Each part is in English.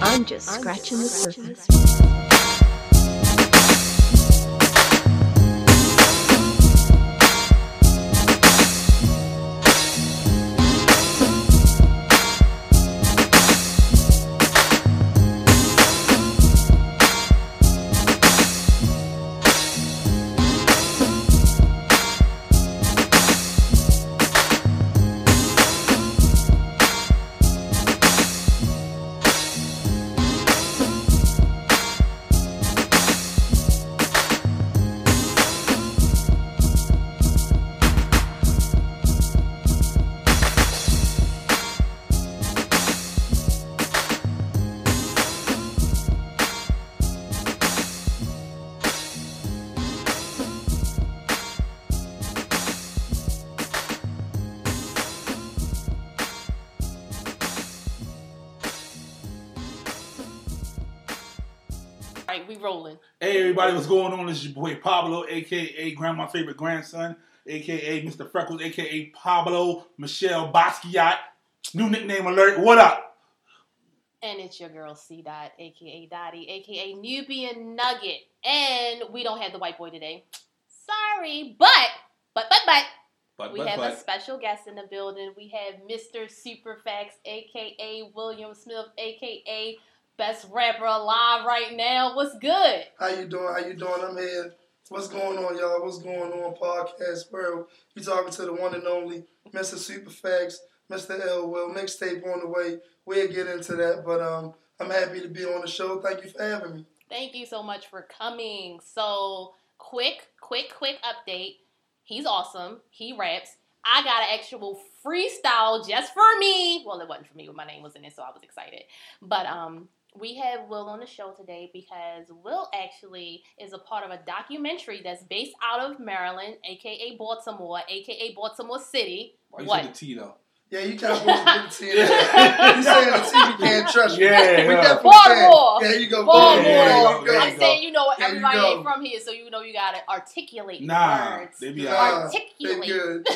I'm just scratching the surface. All right, we rolling. Hey everybody, what's going on? This is your boy Pablo, aka Grandma Favorite Grandson, aka Mr. Freckles, aka Pablo Michelle Basquiat. New nickname alert. What up? And it's your girl C Dot, aka Dottie, aka Nubian Nugget. And we don't have the white boy today. Sorry, but but but but But, we have a special guest in the building. We have Mr. Superfax, aka William Smith, aka Best Rapper Alive right now. What's good? How you doing? How you doing? I'm here. What's going on, y'all? What's going on, podcast world? You talking to the one and only Mr. Superfax, Mr. L. Will mixtape on the way. We'll get into that, but um, I'm happy to be on the show. Thank you for having me. Thank you so much for coming. So, quick, quick, quick update. He's awesome. He raps. I got an actual freestyle just for me. Well, it wasn't for me, but my name was in it, so I was excited. But um, we have Will on the show today because Will actually is a part of a documentary that's based out of Maryland, aka Baltimore, aka Baltimore City. Why you what? say the T though? Yeah, you kind of supposed to give it to you. You saying the team you can't trust me. Yeah, We yeah. definitely can. Baltimore. Yeah, you go. Baltimore. Yeah, Baltimore. there I'm you go. saying you know There you everybody ain't go. from here, so you know you gotta articulate Nah, words. they be Nah. like, They articulate. good.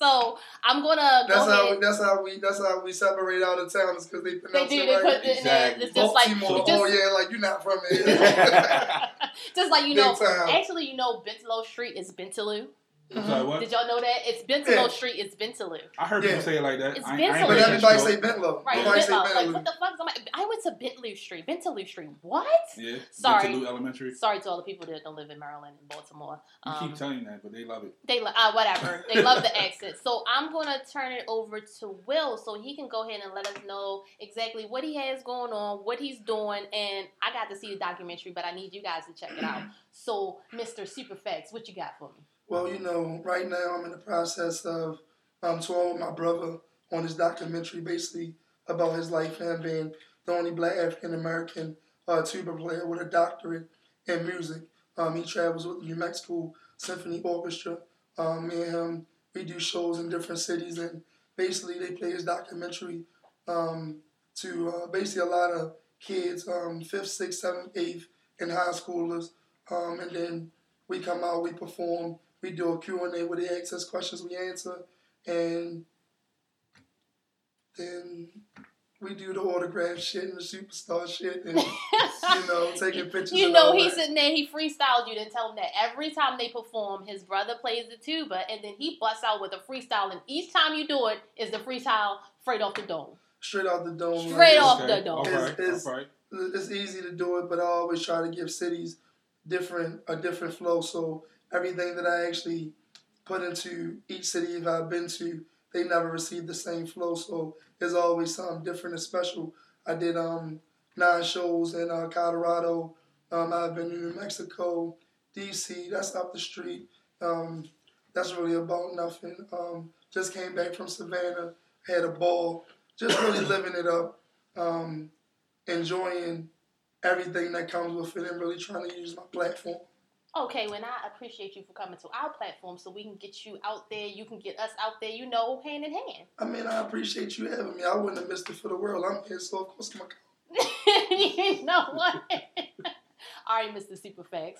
so I'm gonna go That's how. ahead. That's how we. That's how we separate out of town. Is because they They pronounce do. it They right. put the, Exactly. it's just like Baltimore. just- oh yeah, like you're not from here. just like you Big know. time. Actually, you know, Bentaloo Street is Bentaloo. I'm sorry, what? Did y'all know that? It's Bentaloo Yeah. Street. It's Bentaloo. I heard Yeah. people say it like that. It's I, ain't- I ain't Bentley. But gonna everybody show. say Bentlow. Right. Everybody Yeah. say Bentaloo. Like what Bentlow. the fuck? Somebody- I went to Bentley Street. Bentaloo Street. What? Yeah. Sorry. Bentaloo Elementary. Sorry to all the people that don't live in Maryland and Baltimore. You Um, keep telling that, but they love it. They lo- uh, whatever. They love the accent. So I'm gonna turn it over to Will, so he can go ahead and let us know exactly what he has going on, what he's doing, and I got to see the documentary, but I need you guys to check it out. So, Mr. Superfax, what you got for me? Well, you know, right now I'm in the process of um, touring with my brother on his documentary, basically about his life and being the only Black African American uh, tuba player with a doctorate in music. Um, he travels with the New Mexico Symphony Orchestra. Um, me and him, we do shows in different cities, and basically they play his documentary um, to uh, basically a lot of kids, um, fifth, sixth, seventh, eighth, and high schoolers, um, and then we come out, we perform, we do a Q&A where they ask us questions, we answer, and then we do the autograph shit and the superstar shit, and you know, taking pictures. You and know all he's that. sitting there, he freestyled you, then tell him that every time they perform, his brother plays the tuba, and then he busts out with a freestyle, and each time you do it is the freestyle straight off the dome. straight off the dome. like, Straight it's- off the dome. All right. It's- All right. it's easy to do it, but I always try to give cities different a different flow. So everything that I actually put into each city that I've been to, they never received the same flow. So there's always something different and special. I did um nine shows in uh, Colorado. Um, I've been in New Mexico, D.C. That's up the street. Um, that's really about nothing. Um, just came back from Savannah, had a ball, just really living it up. Um, enjoying everything that comes with it and really trying to use my platform. Okay, well, and I appreciate you for coming to our platform so we can get you out there. You can get us out there, you know, hand in hand. I mean, I appreciate you having me. I wouldn't have missed it for the world. I'm here, so of course I'm gonna come. you know what? All right, Mr. Superfax.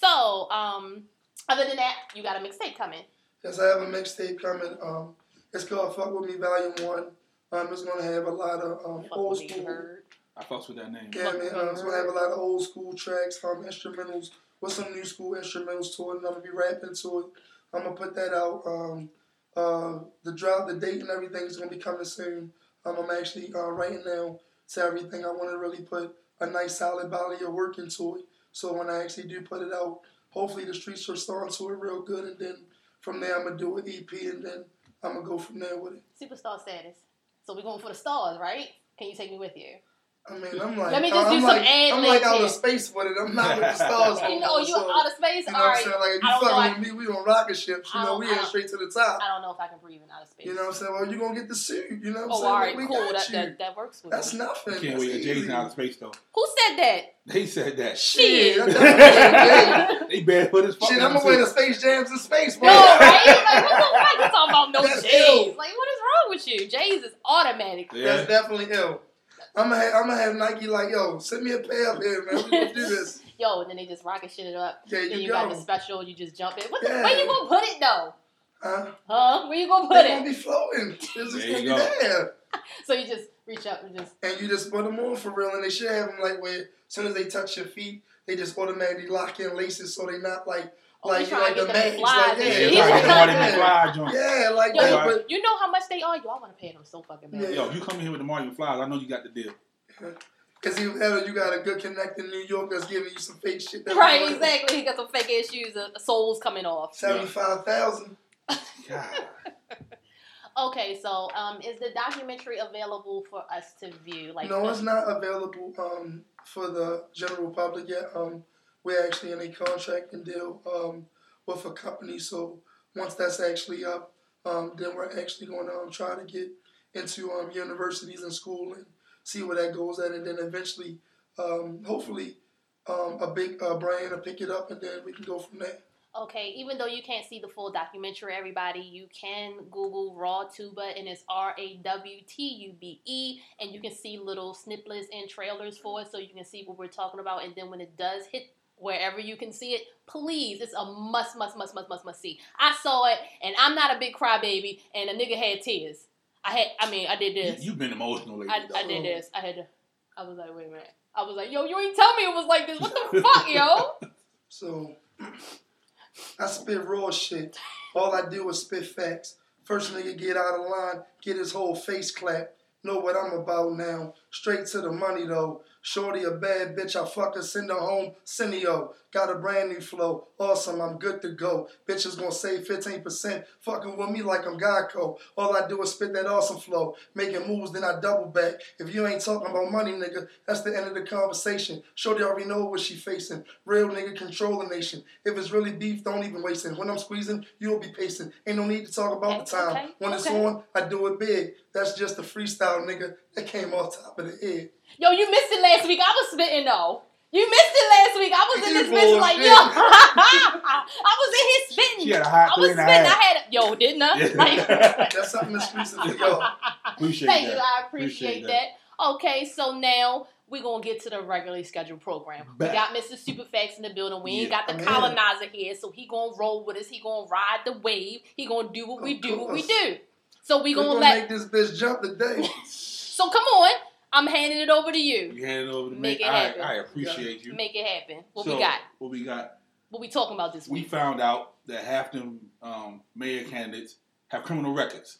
So, um, other than that, you got a mixtape coming. Yes, I have a mixtape coming. Um, it's called Fuck With Me Volume 1. Um, it's going to have a lot of um, Fuck old with me, school you heard. I fucks with that name. Yeah, man. Um, so I have a lot of old school tracks, um, instrumentals, with some new school instrumentals to it, and I'm gonna be rapping to it. I'm gonna put that out. Um, uh, the drop, the date, and everything is gonna be coming soon. Um, I'm actually uh, writing now to everything. I want to really put a nice solid body of work into it. So when I actually do put it out, hopefully the streets are starting to it real good, and then from there I'm gonna do an EP, and then I'm gonna go from there with it. Superstar status. So we're going for the stars, right? Can you take me with you? I mean, I'm like, Let me just I'm do some like, ad I'm like libs out here. of space with it. I'm not with the stars. You no know, more, you so- out of space? You know All what I'm right. saying? Like, if I you don't know, fucking with me, we on rocket ships. You I know, don't- we I ain't don't- straight to the top. I don't know if I can breathe in outer space. You know what I'm saying? Well, you're going to get the suit. You know what oh, I'm saying? all Like, right, we cool. got That, you. that, that works with That's me. nothing. I can't That's wait. easy. Jay's out of space though. Who said that? They said that. Shit. Yeah, no, that's what I'm saying. They barefoot as fuck. Shit, I'm out going to win too. a Space Jams in space. boy. right? Like, what the fuck? You talking about no That's J's. ill. Like, what is wrong with you? J's is automatic. That's Yeah. definitely ill. I'm gonna have, I'm gonna have Nike like yo send me a pay up here man we gonna do this Yo, and then they just rocket shit it up. there Then you, you got the go special, you just jump in. What the, Yeah. Where you gonna put it though? huh Huh? Where you gonna they put gonna it? be floating it's just There gonna you be go. there So you just reach up and just and you just put them on for real, and they should have them like where as soon as they touch your feet, they just automatically lock in laces so they not like Oh, he like trying like to the get them to mags, fly, like yeah, Yeah, He's it's like just the Marty not- yeah, McFly joint. yeah, like Yo, that. you- But You know how much they are? Yo, I want to pay them so fucking bad. Yeah. Yo, if you come in here with the Marty McFly, I know you got the deal. because even better, you got a good connect in New York that's giving you some fake shit. That Right, exactly. He got some fake issues, uh, soles coming off. Seventy five thousand. God. Okay, so um, is the documentary available for us to view? Like, no, it's not available um, for the general public yet. Um, we're actually in a contract and deal um, with a company, so once that's actually up, um, then we're actually going to um, try to get into um, universities and school and see where that goes at, and then eventually, um, hopefully, um, a big uh, brand will pick it up, and then we can go from there. Okay, even though you can't see the full documentary, everybody, you can Google Raw Tuba and it's R A W T U B E, and you can see little snippets and trailers for it so you can see what we're talking about. And then when it does hit wherever you can see it, please, it's a must, must, must, must, must, must see. I saw it, and I'm not a big crybaby, and a nigga had tears. I had, I mean, I did You, Oh. this. you've been emotional lately. I, though. I did this. I had to, I was like, wait a minute. I was like, yo, you ain't tell me it was like this. What the fuck, yo? So I spit raw shit. All I do is spit facts. First nigga get out of line, get his whole face clapped. Know what I'm about now. Straight to the money though. Shorty a bad bitch, I fuck her, send her home. Cineo. Got a brand new flow. Awesome, I'm good to go. Bitch is gonna save 15%. Fucking with me like I'm Geico. All I do is spit that awesome flow. Making moves, then I double back. If you ain't talking about money, nigga, that's the end of the conversation. Shorty already know what she facing. Real nigga control the nation. If it's really beef, don't even waste it. When I'm squeezing, you'll be pacing. Ain't no need to talk about the time. Okay, When it's okay. on, I do it big. That's just a freestyle, nigga. That came off top of the head. Yo, you missed it last week. I was spitting though. You missed it last week. I was in this You bitch like yo. bullshit. I was in here spitting. She had a hot I three was and spitting. I a half. had yo, didn't I? Like, Yeah. That's something exclusive for y'all. Appreciate thank that. you. I appreciate, Appreciate that. Okay, so now we're gonna get to the regularly scheduled program. Back. We got Mr. Superfax in the building. We ain't Yeah. got the Yeah. colonizer here, so he gonna roll with us. He gonna ride the wave. He gonna do what we Of do. What we course. do. So we We gonna gonna let. make this bitch jump today. so come on. I'm handing it over to you. You hand it over to me. Make it I, happen. I appreciate you. Make it happen. What So, we got? What we got? What we talking about this We week? found out that half them um, mayor candidates have criminal records,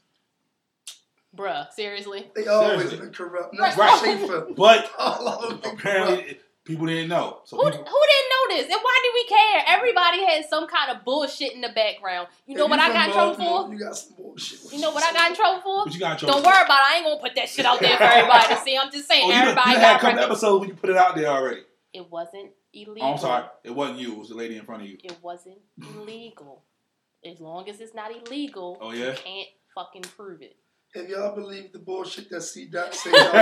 Bruh, seriously? They always Seriously. been corrupt. Not Right. Schaefer. but All of them been corrupt. apparently people didn't know. So Who, who people, didn't know this? And why did we care? Everybody had some kind of bullshit in the background. You know If what I from got in trouble Baltimore, for? You got some bullshit. You know what I got in trouble for? but you got in trouble. Don't worry about it. I ain't gonna put that shit out there for everybody to see. I'm just saying, Oh, you, done- everybody you had a got couple records. episodes when you put it out there already. It wasn't illegal. Oh, I'm sorry, it wasn't you. It was the lady in front of you. It wasn't illegal. As long as it's not illegal, Oh, yeah? you can't fucking prove it. If y'all believe the bullshit that C Dot say, y'all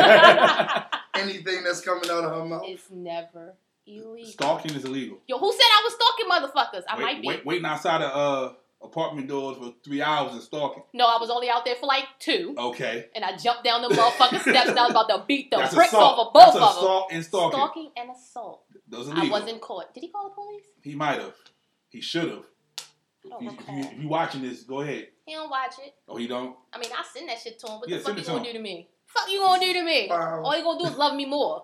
believe anything that's coming out of her mouth. it's never illegal. Stalking is illegal. Yo, who said I was stalking motherfuckers? I wait, might be. wait, waiting outside of uh, apartment doors for three hours and stalking. No, I was only out there for like two. Okay, and I jumped down the motherfucking steps and I was about to beat the that's bricks assault. off of both That's of them. assault and stalking. Stalking and assault. Those are I legal. wasn't caught. Did he call the police? He might have. He should have. I don't If, you- if you- recall. if you watching this, go ahead. He don't watch it. Oh, he don't. I mean, I send that shit to him. What Yeah, the fuck send you it to gonna do him. to me? Fuck you gonna do to me? Wow. All you gonna do is love me more.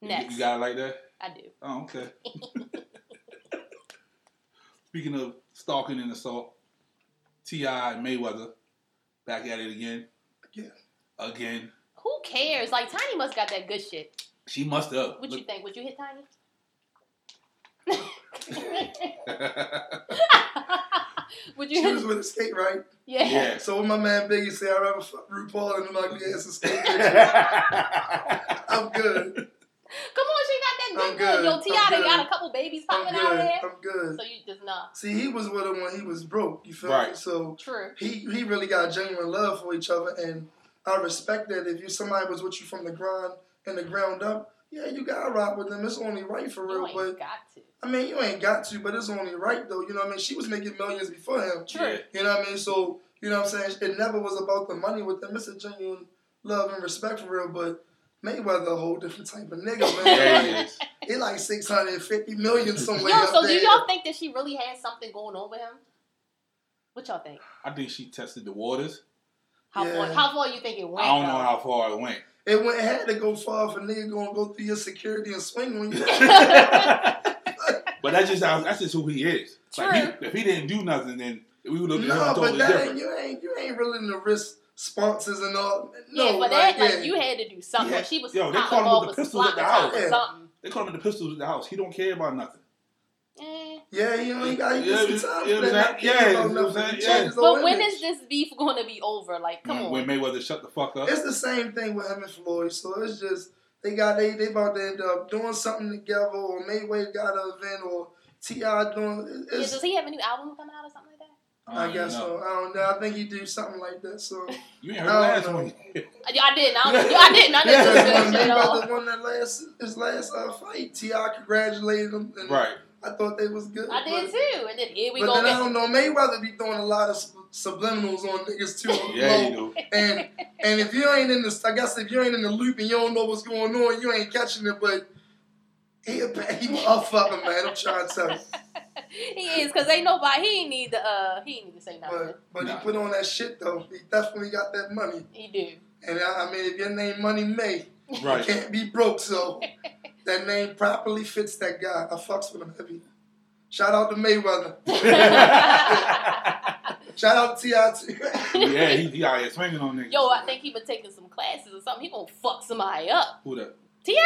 Next. You got it like that? I do. Oh, okay. Speaking of stalking and assault, T.I. and Mayweather back at it again. Yeah. Again. Who cares? Like Tiny must got that good shit. She must have. What you Look- think? Would you hit Tiny? Would you She was hit? with a skate, right? Yeah. Yeah. So when my man Biggie say I'd rather fuck RuPaul and I'm like, yeah, it's a skate. bitch. yeah, I'm good. Come on, she got that good. I'm good. Yo, good. Ti I'm done got good. a couple babies I'm popping out good. there. I'm good. So you just not See, he was with her when he was broke. You feel me? Right. So true. he he really got genuine love for each other, and I respect that. If you somebody was with you from the ground and the ground up, yeah, you gotta rock with them. It's only right for You real. ain't But got to. I mean, you ain't got to, but it's only right though. You know what I mean? She was making millions before him. True. You know what I mean? So, you know what I'm saying? It never was about the money with them. It's a genuine love and respect for real, but Mayweather a whole different type of nigga, there man. it is. He like 650 million somewhere Yo, up so do there. y'all think that she really had something going on with him? What y'all think? I think she tested the waters. How far? Yeah. How far you think it went? I don't though? know uh, how far it went. It went had to go far if a nigga gonna go through your security and swing on you. But that's just how, that's just who he is. Like he, True. if he didn't do nothing, then we would have been no, totally but that different. ain't, you ain't you ain't really in the risk sponsors and all. No, yeah, but like, that like yeah. you had to do something. Yeah. She was Yo, they popping caught him with off the with pistols at the block house. or something. They call him the pistols at the house. He don't care about nothing. Eh. yeah, you know, he got he Yeah, get some time yeah, for that. Not yeah, caring yeah, about you know what I'm nothing. saying? Changes the But when image. is this beef going to be over? Like, come when, on. when Mayweather shut the fuck up. It's the same thing with him and Floyd. So it's just they got they they about to end up doing something together, or Mayweather got an event, or Ti doing. Yeah, It's, does he have a new album coming out or something like that? I don't guess know. so. I don't know. I think he do something like that. So You ain't heard I the don't last know. one. I, I didn't. I, don't, I didn't. I Yeah. didn't listen to this Because when shit at all. Mayweather won that last his last uh, fight, Ti congratulated him, and right. I thought they was good. I did but- too. And then here we but go. then I again. don't know. Mayweather be doing a lot of sub- subliminals on niggas too. on Yeah, low. you do. And and if you ain't in the, I guess if you ain't in the loop and you don't know what's going on, you ain't catching it. But he a bad- he a fucker man. I'm trying to tell you. he is because ain't nobody. He ain't need to. Uh, he ain't need to say nothing. But but Nah. he put on that shit though. He definitely got that money. he do. And I, I mean, if your name Money May, you Right. can't be broke. So that name properly fits that guy. I fucks with him heavy. Shout out to Mayweather. Shout out to Ti. yeah, he, he out here swinging on niggas. Yo, I think he been taking some classes or something. He gonna fuck somebody up. Who that? Ti,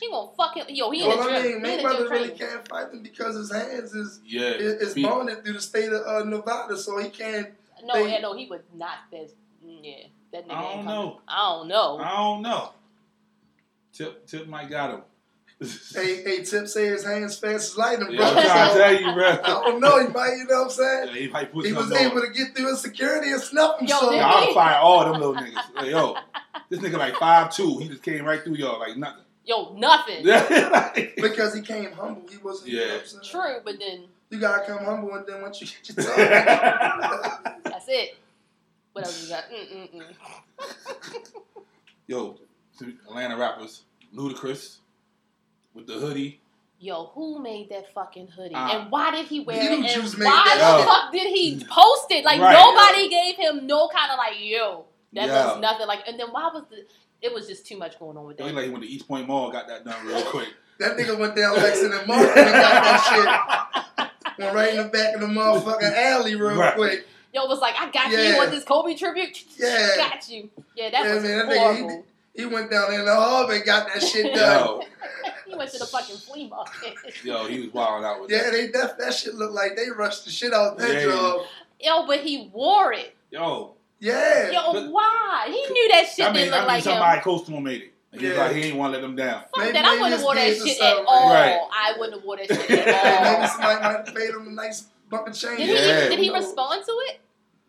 he gonna fuck him. Yo, he in well, the I gym. He mean, in the gym Mayweather really training. can't fight him because his hands is Yeah. is Be- bonded through the state of uh, Nevada, so he can't. No, They- yeah, no, he was not that. Yeah, that nigga. I ain't coming. don't know. I don't know. I don't know. Tip, Tip might got him. Hey, hey, Tip say his hands fast as lightning, yeah, bro. I'm trying to So, tell you, bro. I don't know. He might, you know what I'm saying? Yeah, he might put He was something on. able to get through his security and snuff him. Yo, so did Yeah, he? I'll fire all them little niggas. Like, yo, this nigga like five two. He just came right through y'all like nothing. Yo, nothing. Like- because he came humble, he wasn't. You, know Yeah. what I'm saying? True, but then you gotta come humble, and then once you get your time, that's it. What else you got? Mm mm yo, some Atlanta rappers, Ludacris, with the hoodie. Yo, who made that fucking hoodie? Uh, and why did he wear it? And Beetlejuice made why that the shit. fuck did he post it? Like Right. nobody gave him no kind of like yo. That Yeah. does nothing. Like, and then why was the? It was just too much going on with Yo, he that. like he went to East Point Mall, got that done real quick. that nigga went down Lexington and Martin and got that shit. Went right in the back of the motherfucking alley real Right. quick. Yo was like, I got you. Yeah. You want this Kobe tribute? Yeah. got you. Yeah, that Yeah, was man, that nigga, he horrible. did- He went down there in the hub and got that shit done. Yo, He went to the fucking flea market. yo, he was wilding out with Yeah, that. they that, that shit looked like they rushed the shit out that Yeah. job. Yo, but he wore it. Yo, Yeah. Yo, why? He knew that shit I mean, didn't I look mean like him. somebody close to him made it. And he was Yeah. like, he ain't want to let them down. Fuck Maybe- that. I maybe wouldn't have his wore that kids or shit at something. all. Right. I wouldn't have wore that shit And maybe at all. somebody might have paid him a nice bump of change. Did Yeah. he, did he respond to it?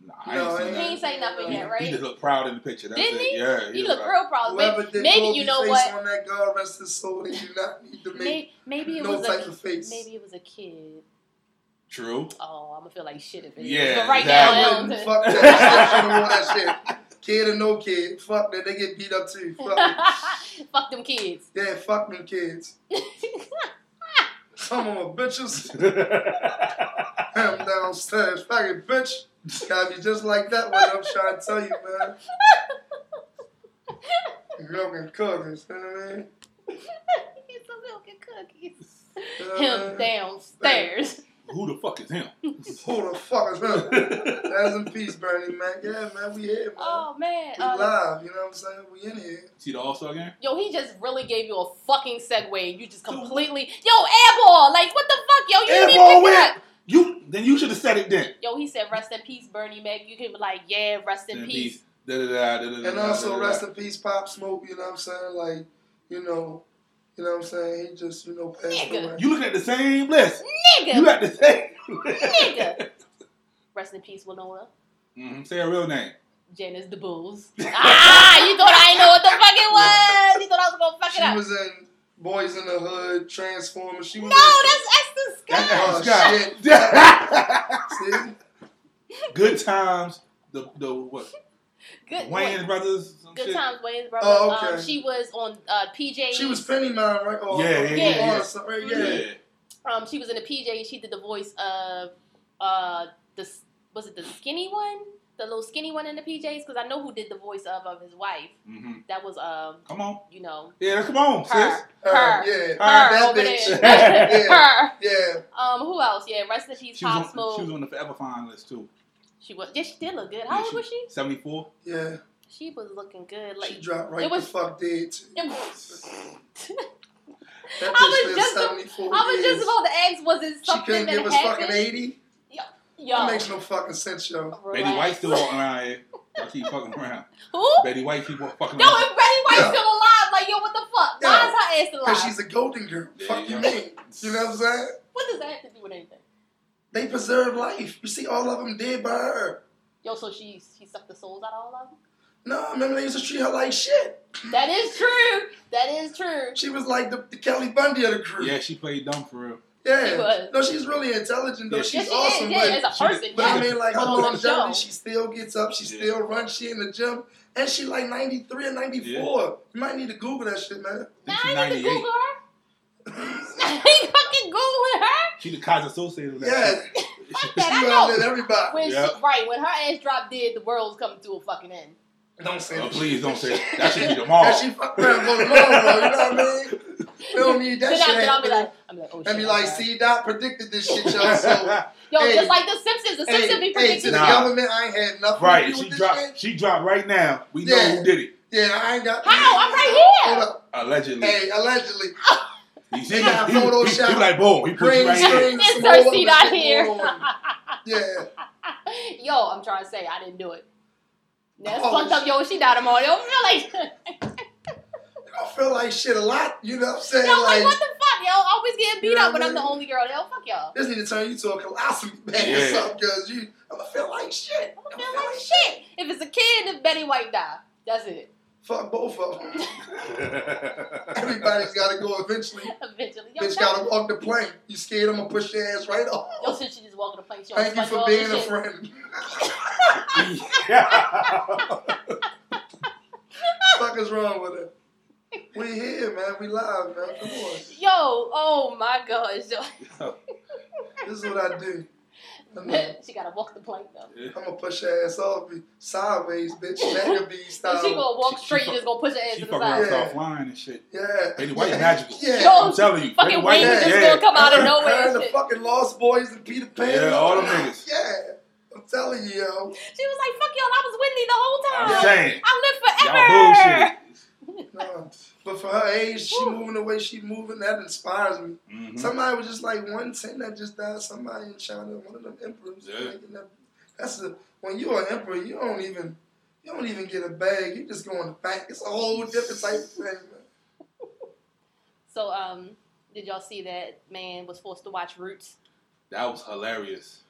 Nah, I No, ain't he seen He that. ain't say nothing He, yet, right? he just looked proud in the picture. That's Didn't it. he? Yeah, He was looked like- real proud. Whoever Maybe, did maybe Kobe you know face what? on that God rest his soul, they do not need to make Maybe, maybe it no was type a of face. maybe it was a kid. True. Oh, I'm gonna feel like shit if it is. Yeah, but right exactly. now, I Fuck don't- that. Shit, should've wore that shit. Kid or no kid, fuck that. They get beat up too. Fuck it. fuck them kids. Yeah, fuck them kids. Come on, bitches. Him downstairs. Fuck it, bitch. Gotta be just like that one. I'm trying to tell you, man. Milk and cookies, you know what I mean? some milk and cookies. Uh, Him downstairs. Who the fuck is him? Who the fuck is him? That's in peace, Bernie, man. Yeah, man, we here, man. Oh man. we Uh, live, you know what I'm saying? We in here. See the All Star game? yo, he just really gave you a fucking segue. You just completely yo airball. Like what the fuck, yo? You didn't even Airball pick it win. up. You then you should have said it then. Yo, he said rest in peace, Bernie Mac. You can be like, yeah, rest in peace. And And also, rest in peace, Pop Smoke, you know what I'm saying? Like, you know, you know what I'm saying? He just, you know, passed Nigga. away. You looking at the same list. You Nigga, got the same. nigga. Rest in peace, Winona. Mhm, Say her real name. Janice the Bulls. ah, you thought I didn't know what the fuck it was. You thought I was gonna fuck She it up. was in Boys in the Hood, Transformers. She was No, that's Esther Scott. Oh, That's Scott. in, Good times. The the what? Good Wayne one. brothers. Some Good shit. times, Wayne's brother. Oh, okay. um, she was on uh, PJ. she was Penny Mine, right? Oh, Yeah, yeah, oh, yeah, oh, yeah. so- right, Yeah. yeah. um, she was in the PJ. She did the voice of uh, the was it the skinny one, the little skinny one in the PJs? Because I know who did the voice of of his wife. hmm That was um, Come on. you know, Yeah, come on, sis. her, her, Oh, Uh, yeah. Her. her that over bitch. there, her. Yeah. Um, who else? Yeah, rest in peace, She was, on, Pop she was Smoke. on the Forever Fine list too. She was, yeah, she did look good. How Yeah, old was she? Seventy four. Yeah. She was looking good. Like she dropped right it was- the fuck dead. too. I I That was bitch lived just- 74 was years. just about to ask, was it She something couldn't that give us happened? fucking 80? Yo, That makes no fucking sense, yo. Betty relax. White still walking around here. Y'all keep fucking around. Who? Betty White keep fucking Yo, around. if Betty White's Yeah. still alive, like, yo, what the fuck? Yeah. Why is her ass Because alive? she's a golden girl. Yeah, fuck you yeah. mean? You know what I'm saying? What does that have to do with anything? They preserve life. You see all of them dead by her. Yo, so she she sucked the souls out of all of them. No, remember they used to treat her like shit. That is true. That is true. She was like the, the Kelly Bundy of the crew. Yeah, she played dumb for real. Yeah. She was. No, she's really intelligent though. Yeah, she's yes, she awesome. is. Yeah, but, as a she- person. but yeah. I mean, like her Oh, for longevity, sure. she still gets up. She Yeah. still runs. She in the gym, and she like ninety three or ninety four. You might need to Google that shit, man. Nah, think she I need to 98. Google her. He fucking Googling her. She the cause associated with yeah, that. Fuck she that. I know. outdid everybody. When Yeah. she, right, when her ass dropped dead, the world's coming to a fucking end. Don't say shit. Oh, that. please don't say that. shit. That should be tomorrow. And she fuck around go tomorrow, bro. You know what I mean? We don't need that then shit. I, then I'll be happening. like, I'm like, oh shit. and be I'm like, sorry. see, Doc predicted this shit, y'all. So, yo, hey, just like the Simpsons, the hey, Simpsons be hey, to predicting. the Nah. government, I ain't had nothing to right, do she with this dropped. shit. She dropped right now. We know Yeah. who did it. Yeah, I ain't got. How? I'm right here. Hold up. Allegedly. Hey, allegedly. You They got he, he, he, Photoshop. he like boom. He put you Green right here. screen. It's some whole her other seat out shit here. going on. Yeah. Yo, I'm trying to say I didn't do it. That's Oh, fucked up, yo. She died tomorrow. Yo, I feel like, I feel like shit a lot, you know what I'm saying? yo, like, like, what the fuck, yo? I always getting beat You know up, but what I I'm the mean? only girl. Yo, fuck y'all. this need to turn you to a colossal man or Yeah. something, because you, I'm gonna feel like shit. I feel like shit. If it's a kid, then Betty White die. That's it. Fuck both of them. Everybody's gotta go eventually. Eventually, yo, Bitch that- gotta walk the plane. You scared I'm gonna push your ass right off. yo, since she just walking the place, yo, Thank you for being a friend. fuck is wrong with it? We here, man. We live, man. Come on. Yo, oh my gosh, yo. This is what I do. I'm gonna, she gotta walk the plank though. I'm gonna push your ass off you sideways, bitch. Maccabee If she style. gonna walk She- she straight, fuck- you just gonna push her ass she to fucking the around side. Yeah. start flying and shit. Yeah. Betty White yeah. magical. Yeah. Yo, I'm telling you, Fucking Betty White. wings is just yeah. gonna come out of nowhere. Her and the shit. fucking Lost Boys and Peter Pan. Yeah, all them niggas. Yeah. I'm telling you, yo. She was like, "Fuck y'all, I was Whitney the whole I'm time. saying, y'all I live forever." bullshit. No. But for her age, she moving the way she moving, that inspires me. Mhm. Somebody was just like 110 that just died. Somebody in China, one of them emperors. Yeah. making that- That's a, when you're an emperor, you don't even you don't even get a bag. You just go in the bank. It's a whole different type of thing. man. So, um, did y'all see that man was forced to watch Roots? That was hilarious.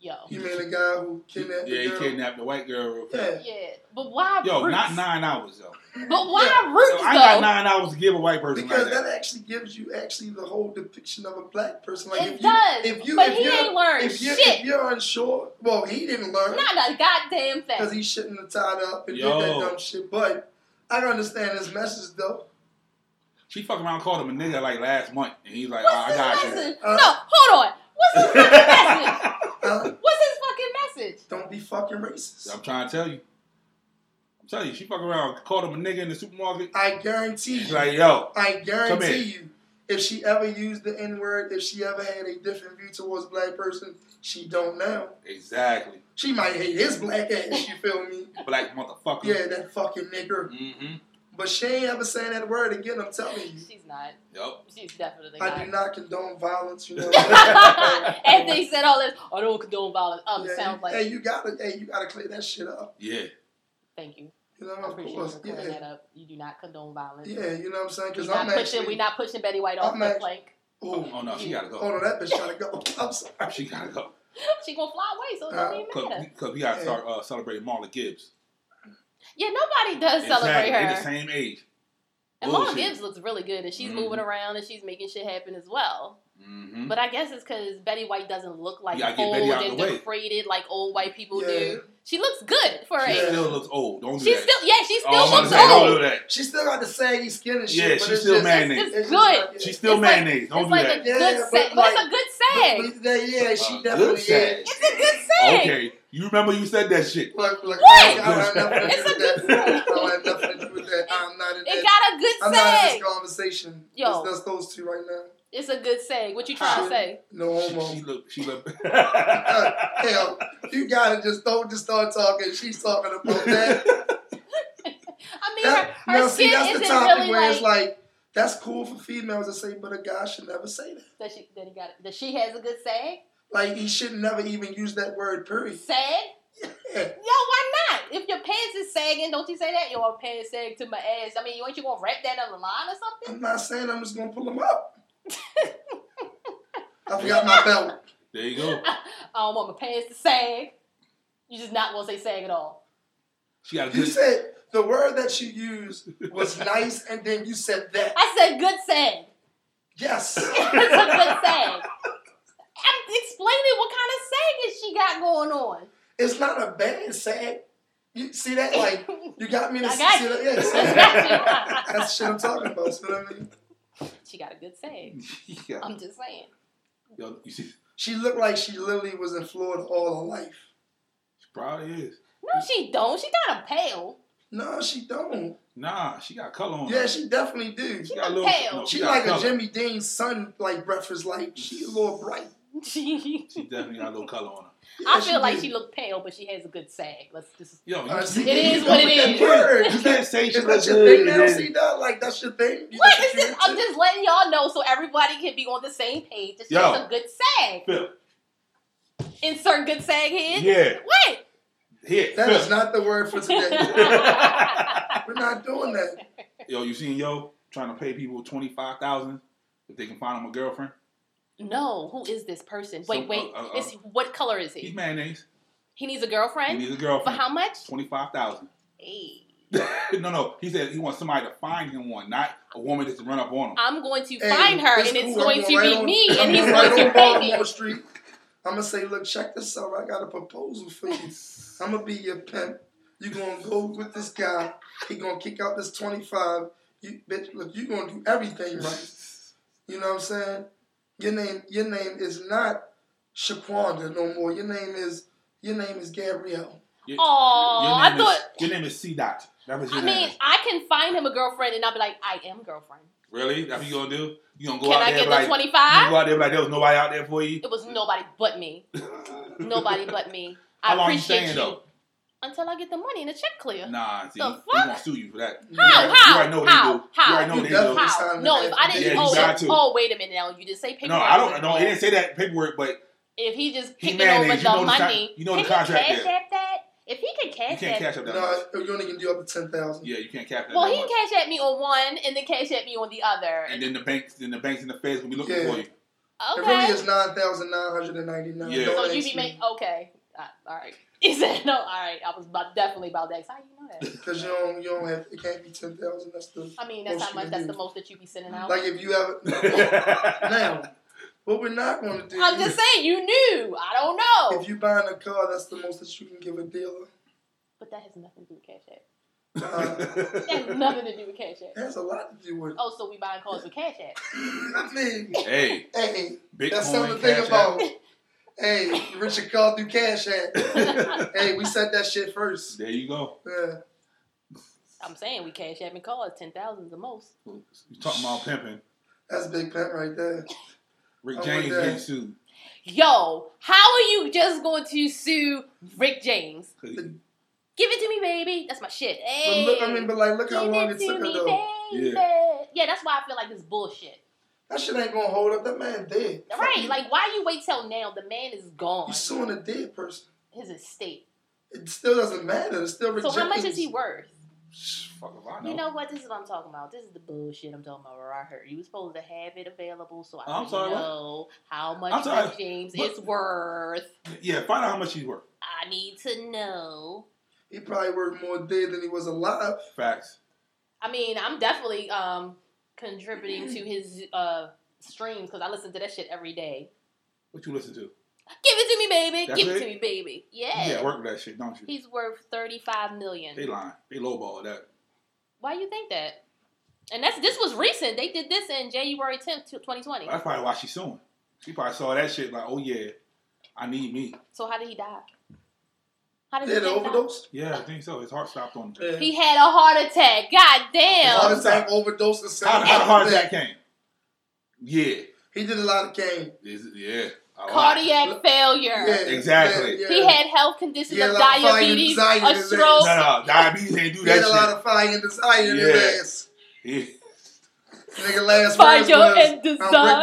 Yo, You mean the guy who kidnapped yeah, the he girl? kidnapped the white girl. Real quick. Yeah. yeah, but why Yo, Roots? not nine hours though. But why Roots So I ain't though? got nine hours to give a white person Because like that. that. actually gives you actually the whole depiction of a black person. Like it if you does. if you- but if he you're- ain't learned if you're shit. if you're unsure, well, he didn't learn not a goddamn because thing. he shouldn't have tied up and did Yo. that dumb shit. But I can understand his message though. She fucking around called him a nigga like last month, and he's like, What's "Ah, I his got you. message? Uh, no, hold on. What's his fucking message? Uh, What's his fucking message? don't be fucking racist. I'm trying to tell you. I'm telling you, she fucking around called him a nigga in the supermarket. I guarantee She's you. like, yo, I Come here. guarantee you. If she ever used the N word, if she ever had a different view towards a black person, she don't now. Exactly. She might hate his black ass. You feel me? Black motherfucker. Yeah, that fucking nigger. Mm-hmm. But she ain't ever saying that word again. I'm telling you. She's not. Yup. She's definitely not. I do not condone violence. You know. and they said all this. I don't condone violence. Um, Yeah, it sounds like. Hey, you gotta, hey, you gotta clear that shit up. Yeah. Thank you. You know, I of appreciate you course, for clearing yeah, that up. You do not condone violence. yeah. You know what I'm saying? We're Because not I'm pushing. actually, we're not pushing Betty White off I'm the actually- plank. Ooh, Oh no, she gotta oh go. no, that bitch gotta go. I'm sorry. She gotta go. She gonna fly away, so it Uh, don't even Cause, matter. we- Cause we gotta start uh, celebrating Marla Gibbs. Yeah, nobody does celebrate Exactly. They the her. same age. And Mom bullshit. Gibbs looks really good, and she's Mhm. moving around and she's making shit happen as well. Mm-hmm. But I guess it's because Betty White doesn't look like You gotta get old Betty out and the way. degraded like old white people Yeah. do. She looks good for her She age. still looks old. Don't do She that. still, yeah, she still oh, I'm looks about to say, old. Don't do that. She still got the saggy skin and shit. Yeah, but she's it's still just, mad. It's, Mayonnaise. it's It's just good. like- She's still It's like- mayonnaise. It's Don't like do a that. Yeah, good sag, but but it's a like- good But- sag. but that- yeah, she Uh, definitely good sag. is. It's a good sag. Okay, you remember you said that shit. Look, look, What? I don't have nothing to It's do a with that. good I don't have nothing to do with that. I'm not in It that. got a good I'm not in sag. this conversation. Yo. It's just those two right now. It's a good sag. What you trying to Shit. say? No homo. Uh, She, she look. She look. Hell, you gotta just don't just start talking. She's talking about that. I mean, her, That- her now, see, skin that's isn't the topic really where like, it's like that's cool for females to say, but a guy should never say that. that. She that he got that she has a good sag. Like he should never even use that word. Period. Sag. Yeah. Yo, why not? If your pants is sagging, don't you say that? Yo, my pants sag to my ass. I mean, you ain't you gonna wrap that on the line or something? I'm not saying I'm just gonna pull them up. I forgot my belt. there you go. I don't want my pants to sag. You just not gonna say sag at all. She got a You good. said the word that you used was nice, and then you said that. I said good sag. Yes. it's a good sag. I'm explaining what kind of sagging she got going on. It's not a bad sag. You see that? Like you got me to I see got that. you. Yes. I got you. That's the shit I'm talking about. See what I mean? she got a good sag. Yeah. I'm just saying. Yo, you see, she She looked like she literally was in Florida all her life. probably is. No, she don't. She got a pale. No, she don't. Nah, she got color on. her. Yeah, she definitely do. She got look pale. she She got like a color. Jimmy Dean son, like breakfast, like she a little bright. She. She definitely got a little color on her. Yeah, I feel like do. she look pale, but she has a good sag. Let's just. Yo, you, Uh, see, you, It you is come what it with that is. word. you can't say she Is look that your thing good. and now? then- See that? Like that's your thing. You- What that's is this? you I'm into? just letting y'all know so everybody can be on the same page. It's just Yo. a good sag. Phil, Insert good sag here. Yeah. What? here, That is Phil. not the word for today. We're not doing that. Yo, you seen yo trying to pay people twenty five thousand if they can find him a girlfriend? no. Who is this person? Wait, So, wait. uh, uh, uh. Is what color is He's he? mayonnaise. He needs a He girlfriend. needs a For girlfriend. how much? Twenty five thousand. Hey. no, no. He said he wants somebody to find him one, not a woman just to run up on him. I'm going to Hey, find her, it's and it's cool. going I'm to right be on- me, I'm and he's right going to on pay me. Baltimore Street. I'm gonna say, look, check this out. I got a proposal for you. I'm gonna be your pimp. You gonna go with this guy. He gonna kick out this 25. You bitch, look, you gonna do everything right. You know what I'm saying? Your name, your name is not Shaquanda no more. Your name is your name is Gabrielle. Your- Aw, your I name thought- is, your name is C Dot. That was your I name. mean, I can find him a girlfriend, and I'll be like, I am girlfriend. really? That's what you gonna do? You gonna go Can out I there get and the like twenty you five? go out there and like there was nobody out there for you? It was nobody but me. Nobody but me. I How long you appreciate staying you. though? Until I get the money and the check clear. Nah, see, The he, fuck? he gonna sue you for that. How? You already- How? You already know what How? they do. How? You already know what You they do. definitely- How? No, if I didn't. Yeah, you oh, got to. oh, wait a minute. Now you just say paperwork. No, I don't. No, it didn't say that paperwork, but If he just He kicking mayonnaise, over you the know the con- money, you know the can contract he cash there. at that? If he can you cash can't at cash up that. much. No, you only can do up to ten thousand. Yeah, you can't cash that. Well, that he can much. cash at me on one and then cash at me on the other. And then the banks, then the banks and the feds will be looking Yeah. for you. okay. It really is nine thousand nine hundred and ninety nine. Yeah. so you be making okay. Uh, all right. He said no. All right. I was about, definitely about that. How you know that? because you don't you don't have it can't be ten thousand. That's the I mean, that's Most how much. you That's do. the most that you be sending out. like if you have yeah, now. What we're not going to do. I'm just saying, you knew. I don't know. If you buying a car, that's the most that you can give a dealer. but that has nothing to do with Cash App. Uh, That has nothing to do with Cash App. it has a lot to do with. Oh, so we buying cars with Cash App. I mean, hey, hey, Bitcoin, that's something to cash think about. Hey, Richard called through Cash App. App. Hey, we said that shit first. there you go. Yeah. I'm saying we Cash App in cars, ten thousand the most. You talking about pimping? That's Big Pimp right there. Rick I want James that. getting sued. Yo, how are you just going to sue Rick James? 'Cause he- Give it to me, baby. That's my shit. But Hey, look, I mean, but like, look how give it long it to took her me, though. baby. yeah, that's why I feel like this bullshit. That shit ain't gonna hold up. That man dead. Fuck Right? you. Like, why you wait till now? The man is gone. he's suing a dead person. His estate. It still doesn't matter. It's still So rejected. how much is he worth? Shh, Fuck if I know. You know what? This is what I'm talking about. This is the bullshit I'm talking about. Where I heard you were supposed to have it available, so I I'm could sorry, what? know how much I'm sorry, Rick James what? is worth. Yeah, find out how much he's worth. I need to know. He probably worked more dead than he was alive. Facts. I mean, I'm definitely um contributing to his uh streams because I listen to that shit every day. What you listen to? Give it to me, baby. That's Give it? it? to me, baby. Yeah. Yeah, work with that shit, don't you? He's worth thirty five million. They lying. They lowball that. Why you think that? And that's this was recent. They did this in January tenth, twenty twenty. That's probably why she's suing. She probably saw that shit like, oh yeah, I need me. So how did he die? How did Dead he of die? overdose. Yeah, I think so. His heart stopped on. Yeah. He had a heart attack. God Heart damn. His attack, overdose, and How, sound. how the heart attack came? Yeah, He did a lot of game. Is it- yeah. a lot. Cardiac failure. Yeah, Exactly. Yeah, yeah. He had health conditions He had of a lot of fire and diabetes, anxiety a disease. stroke. No, no, diabetes ain't do He had a lot that of fire and desire in his Yeah. ass. shit. Nigga, last Fire words was, and I'm desire."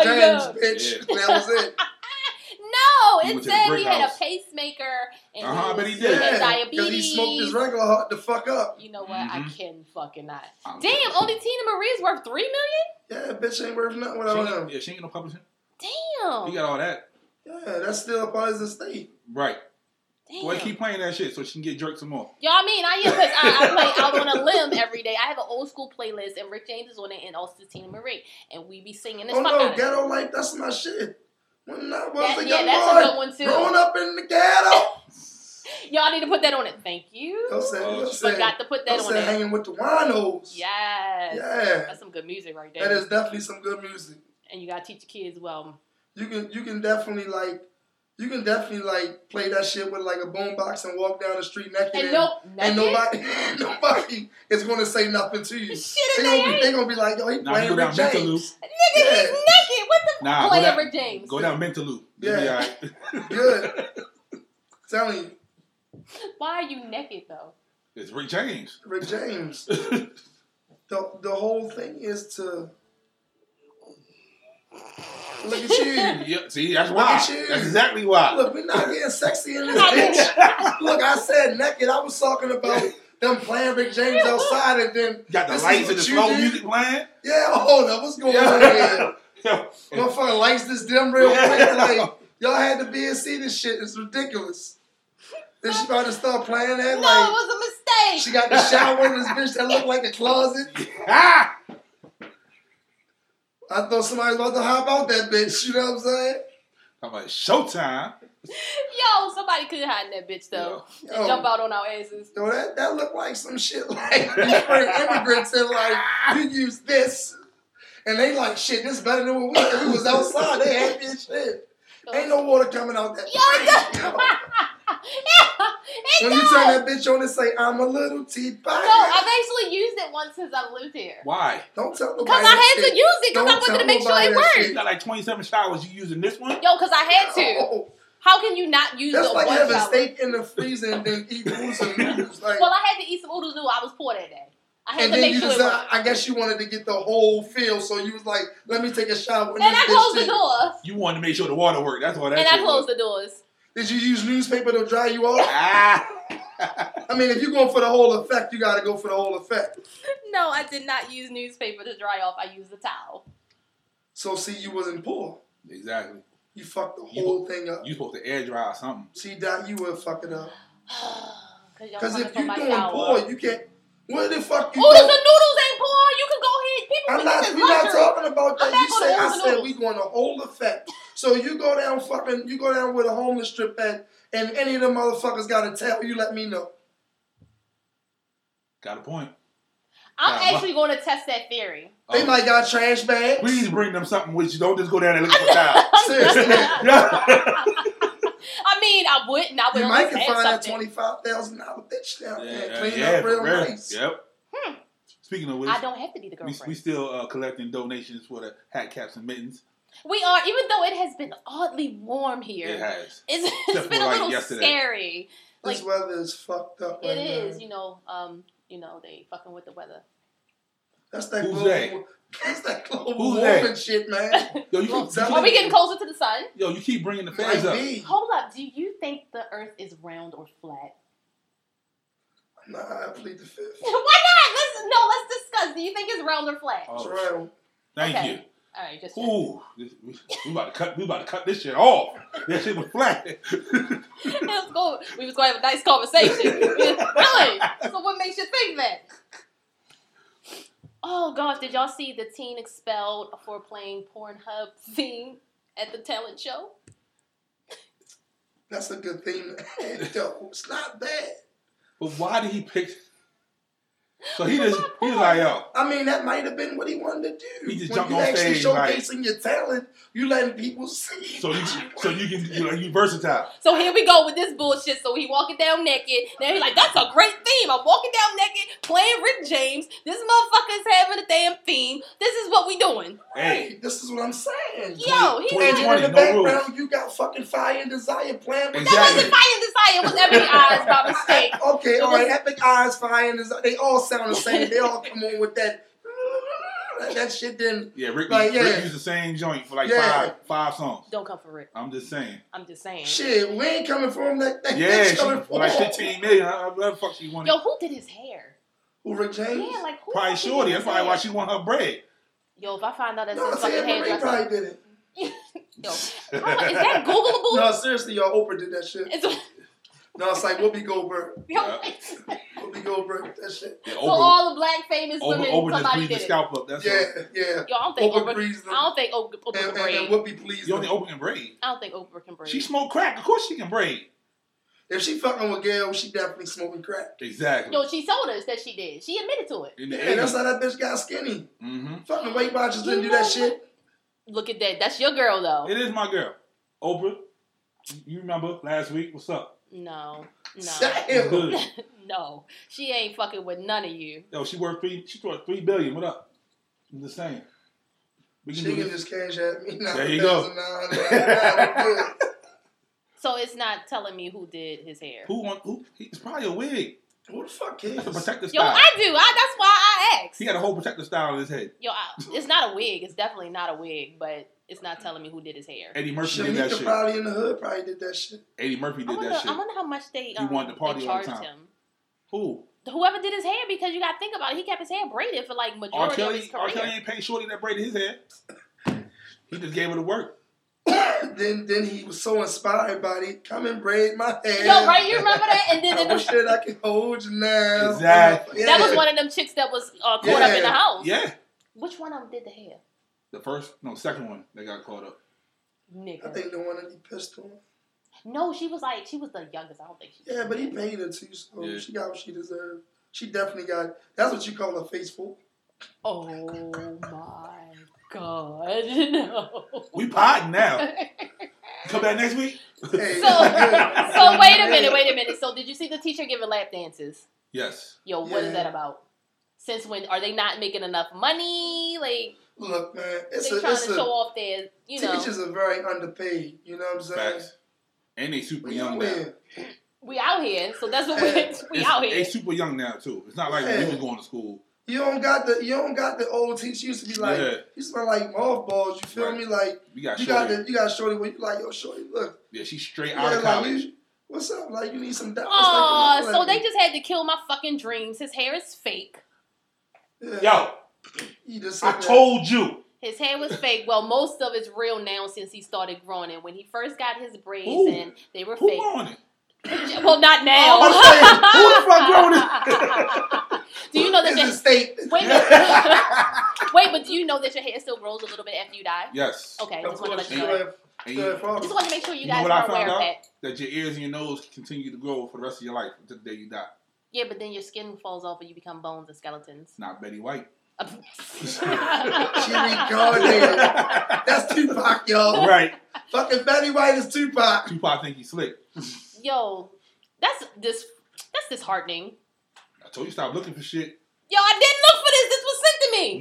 Rick James, bitch. That was it. No, He it went to said the he brick had a house. pacemaker and Uh-huh, I he, bet he was- did. had Yeah, diabetes. he smoked his regular heart the fuck up. You know what? I Mhm. can fucking not. I'm- Damn, oh. only Tina Marie's worth three Yeah, bitch ain't worth nothing She without ain't, him. yeah, she ain't no publishing. He million. Damn. got all that Yeah, that's still a part of his estate. right. Damn. Boy, keep playing that shit so she can get jerked some more. Y'all I mean I am because I, I play out on a limb every day. I have an old school playlist and Rick James is on it and also Tina Marie and we be singing this Oh fuck no, out of it. ghetto life, that's my shit. When I was That- a yeah, young that's a boy, good one too. growing up in the ghetto. Y'all need to put that on it. Thank you. Don't say, Oh, don't shit. say, Forgot to put that don't on say it. hanging with the winos. Yes. Yeah. That's some good music right there. That is definitely some good music. and you gotta teach the kids well. You can you can definitely like you can definitely like play that shit with like a boombox and walk down the street naked. And nope, and naked? nobody nobody is gonna say nothing to you. Shit in They their gonna be they gonna be like, yo, he Nah, playing go down with James. Mentaloop. Nigga, Yeah. he's naked. What the Nah, play go down- over James? Go down Mentaloop. Yeah. Yeah. Right. Good. Telling you, Why are you naked though? It's Rick James. Rick James. Rick The the whole thing is to look at you. Yeah, see, that's Look why. at you. That's exactly why. Look, we're not getting sexy in this Not getting- bitch. Look, I said naked. I was talking about them playing Rick James outside and then Got the this lights is and what the you slow do? music playing. Yeah, hold up, what's going on here? Yo, and Motherfucker lights this dim real Yeah. quick. Like y'all had to be and see this shit. It's ridiculous. Then she about to start playing No, that it like was a she mistake. got the shower in this bitch that looked like a closet. ah! I thought somebody was about to hop out that bitch, you know what I'm saying? I'm like, Showtime. Yo, somebody could hide in that bitch though. Yo. And jump out on our asses. Oh. Yo, that, that looked like some shit like these foreign immigrants and like you use this. And they like shit, this better than what we did. We was outside. They happy as shit. Ain't no water coming out that Yo, bitch. it When It you does. turn that bitch on and say, I'm a little teapot. No, I've actually used it once since I lived here. Why? Don't tell nobody. Cause I that had to shit. use it because I Don't wanted to tell make sure it nobody that worked. You got like 27 showers. You using this one? Yo, cause I had to. Oh, How can you not use that's the like one having shower? steak in the freezer and then eat noodles and noodles. Like, Well, I had to eat some oodles noodle. I was poor that day. I had and to then make you sure it decide, worked. I guess you wanted to get the whole feel, so you was like, let me take a shower. in And I this bitch closed shit. the door. You wanted to make sure the water worked. That's all that And I shit closed was. the doors. Did you use newspaper to dry you off? Ah! I mean, if you're going for the whole effect, you got to go for the whole effect. No, I did not use newspaper to dry off. I used a towel. So, see, you wasn't poor. exactly. You fucked the You- whole thing up. You supposed to air dry or something. see, Doc, you would fuck it up. Because Because if you're my doing shower. poor, you can't. What the fuck you Oodles and doing? noodles ain't poor. You can go ahead. People I'm think not. this is We're not luxury. talking about I'm that. not You going say to I Oodles said Noodles. we going to whole effect. So you go down fucking. You go down with a homeless strip at, and any of the motherfuckers got a towel. You let me know. Got a point. I'm Nah, actually going to test that theory. They Oh, might got trash bags. Please bring them something with you. Don't just go down there looking for towels. Seriously, yeah. I mean, I wouldn't. I would you might only can have find that something. twenty five thousand dollar bitch down there. Yeah, Clean yeah, up real for real. nice. Yep. Speaking of which, Hmm. I don't have to be the we, girlfriend. we still uh, collecting donations for the hat caps and mittens. We are, even though it has been oddly warm here. It has. It's, Except it's for, been a like, little yesterday. scary. Like this weather is fucked up. it right is, Now. you know. Um, you know they fucking with the weather. That's that Who's global. they? That's that global Who's warming they? shit, man. Yo, you keep, Look, Are Are we we getting closer to the sun? yo, you keep bringing the fans Might up. be. Hold up. Do you think the Earth is round or flat? Nah, I plead the fifth. Why not? Let's no. Let's discuss. Do you think it's round or flat? Oh, It's round. Thank okay. you. All right, just checking. Ooh, this, we, we about to cut. We about to cut this shit off. That shit was flat. Let's go. We was going to have a nice conversation. really? So what makes you think that? Oh gosh, did y'all see the teen expelled for playing Pornhub theme at the talent show? That's a good thing. Yo, it's not bad. But why did he pick? So he Why just he was porn? like, yo, I mean, that might have been what he wanted to do. He just when jumped you on actually stage, like- showcasing your talent, you letting people see. so you what so you you can you know you versatile. So here we go with this bullshit. So he walking down naked. Then he's like, "That's a great theme. I'm walking down naked, playing Rick James. This motherfucker's having a damn theme. This is what we doing." Hey, this is what I'm saying. Yo, he Twenty- and was. twenty- then in the 20, no background, you got fucking fire and desire playing. with That wasn't Exactly. Fire and Desire. It was Ebony Eyes by mistake. Okay, It all right. was- Epic Eyes, Fire and Desire. They all sound the same. They all come on with that. That, that shit didn't. yeah, Rick, Like, yeah. Rick used the same joint for like Yeah. five five songs. Don't come for Rick. I'm just saying. I'm just saying. Shit, we ain't coming for him. That, that Yeah, bitch she, coming for for like him. 15 million. I, I, what the fuck she wanted? Yo, who did his hair? Who, Rick Yeah, James? like who? fucking probably shorty. did That's his probably why hair? she want her bread. Yo, if I find out that's no, his Sam fucking Marie hairdresser. probably did it. Yo, how- is that Googleable? No, seriously, y'all. Oprah did that shit. It's, yo, No, it's like Whoopi Goldberg. Yeah. Whoopi Goldberg. That shit. Yeah, so all the black famous Oprah, women, Oprah just somebody breathed the did it. Yo, scalp up. That's Yeah, all. yeah. I don't think Oprah Oprah. I breathes them. don't think Oprah, Oprah And, can and, and braid. Whoopi pleased You only them. Oprah can braid. I don't think Oprah can braid. She smoked crack. Of course she can braid. If she fucking with Gail, she definitely smoking crack. Exactly. Yo, she told us that she did. She admitted to it. In the Yeah, that's 80s. how that bitch got skinny. hmm Fucking Weight Watchers didn't You do know that what? shit. Look at that. That's your girl, though. It is my girl. Oprah, you- you remember last week? What's up? No, no, It's Damn. good. no. She ain't fucking with none of you. Yo, she worth three. She worth three billion. What up? I'm just saying. We She can do can this. just cash at me. There you go. $9,999. So it's not telling me who did his hair. Who want? Who? he- It's probably a wig. Who the fuck That's a is? protective Yo, style. I do. I, that's why I asked. He had a whole protective style on his head. Yo, I, it's not a wig. It's definitely not a wig, but it's not telling me who did his hair. Eddie Murphy did that Shanika shit. probably in the hood probably did that shit. Eddie Murphy I did wonder, that shit. I wonder how much they, um, wanted to party they all the charged time. him. Who? Whoever did his hair, because you got to think about it, he kept his hair braided for like R. majority of his career. Kelly. R. Kelly ain't paid Shorty that braided his hair. He just gave her the work. then then he was so inspired by it. Come and braid my hair. Yo, right? You remember that? And then I wish that I could hold you now. Exactly. that was one of them chicks that was uh, caught up in the Yeah. house. Yeah. Which one of them did the hair? The first, no, second one that got caught up. I Nigga. think the one that he pissed on. No, she was like, she was the youngest. I don't think she. Yeah, but he paid her too, so Yeah. she got what she deserved. She definitely got. That's what you call a faithful. Oh my god! No. We potting now. Come back next week. Hey, So- so wait a minute, wait a minute. So did you see the teacher giving lap dances? Yes. Yo, what is Yeah. that about? Since when are they not making enough money? Like Look, man, they it's trying a, to it's show a off their, you know. teachers are very underpaid. You know what I'm saying? Facts. And they super We young out now. here. We out here, so that's what we we It's- out They here. super young now too. It's not like when we Yeah. was going to school. You don't got the you don't got the old teacher used to be like Yeah. you smell like mothballs. You feel Right. me? Like We got you shorty. got the, you got shorty when you like yo shorty look yeah, she's straight yeah, out of like college. you, what's up? Like you need some dollars. Oh, like, so they just had to kill my fucking dreams. His hair is fake. just Yo, You just said I that. told you. His hair was fake. Well, most of it's real now since he started growing it. When he first got his braids Who? in, they were Who Oh, fake. on it? Well, not now. I'm saying, who the fuck growing do you know that This your is state. wait, but- wait, but do you know that your hair still grows a little bit after you die? Yes. Okay, I Of just want to course, let you you know. that. have- And you you, have problems. Just want to make sure you You know guys what I are aware found of out? that. that your ears and your nose continue to grow for the rest of your life until the day you die. Yeah, but then your skin falls off and you become bones and skeletons. It's not Betty White. She reincarnated. That's Tupac, y'all. right. Fucking Betty White is Tupac. Tupac think he's slick. Yo, that's this that's disheartening. I told you stop looking for shit. Yo, I didn't look for this. thing.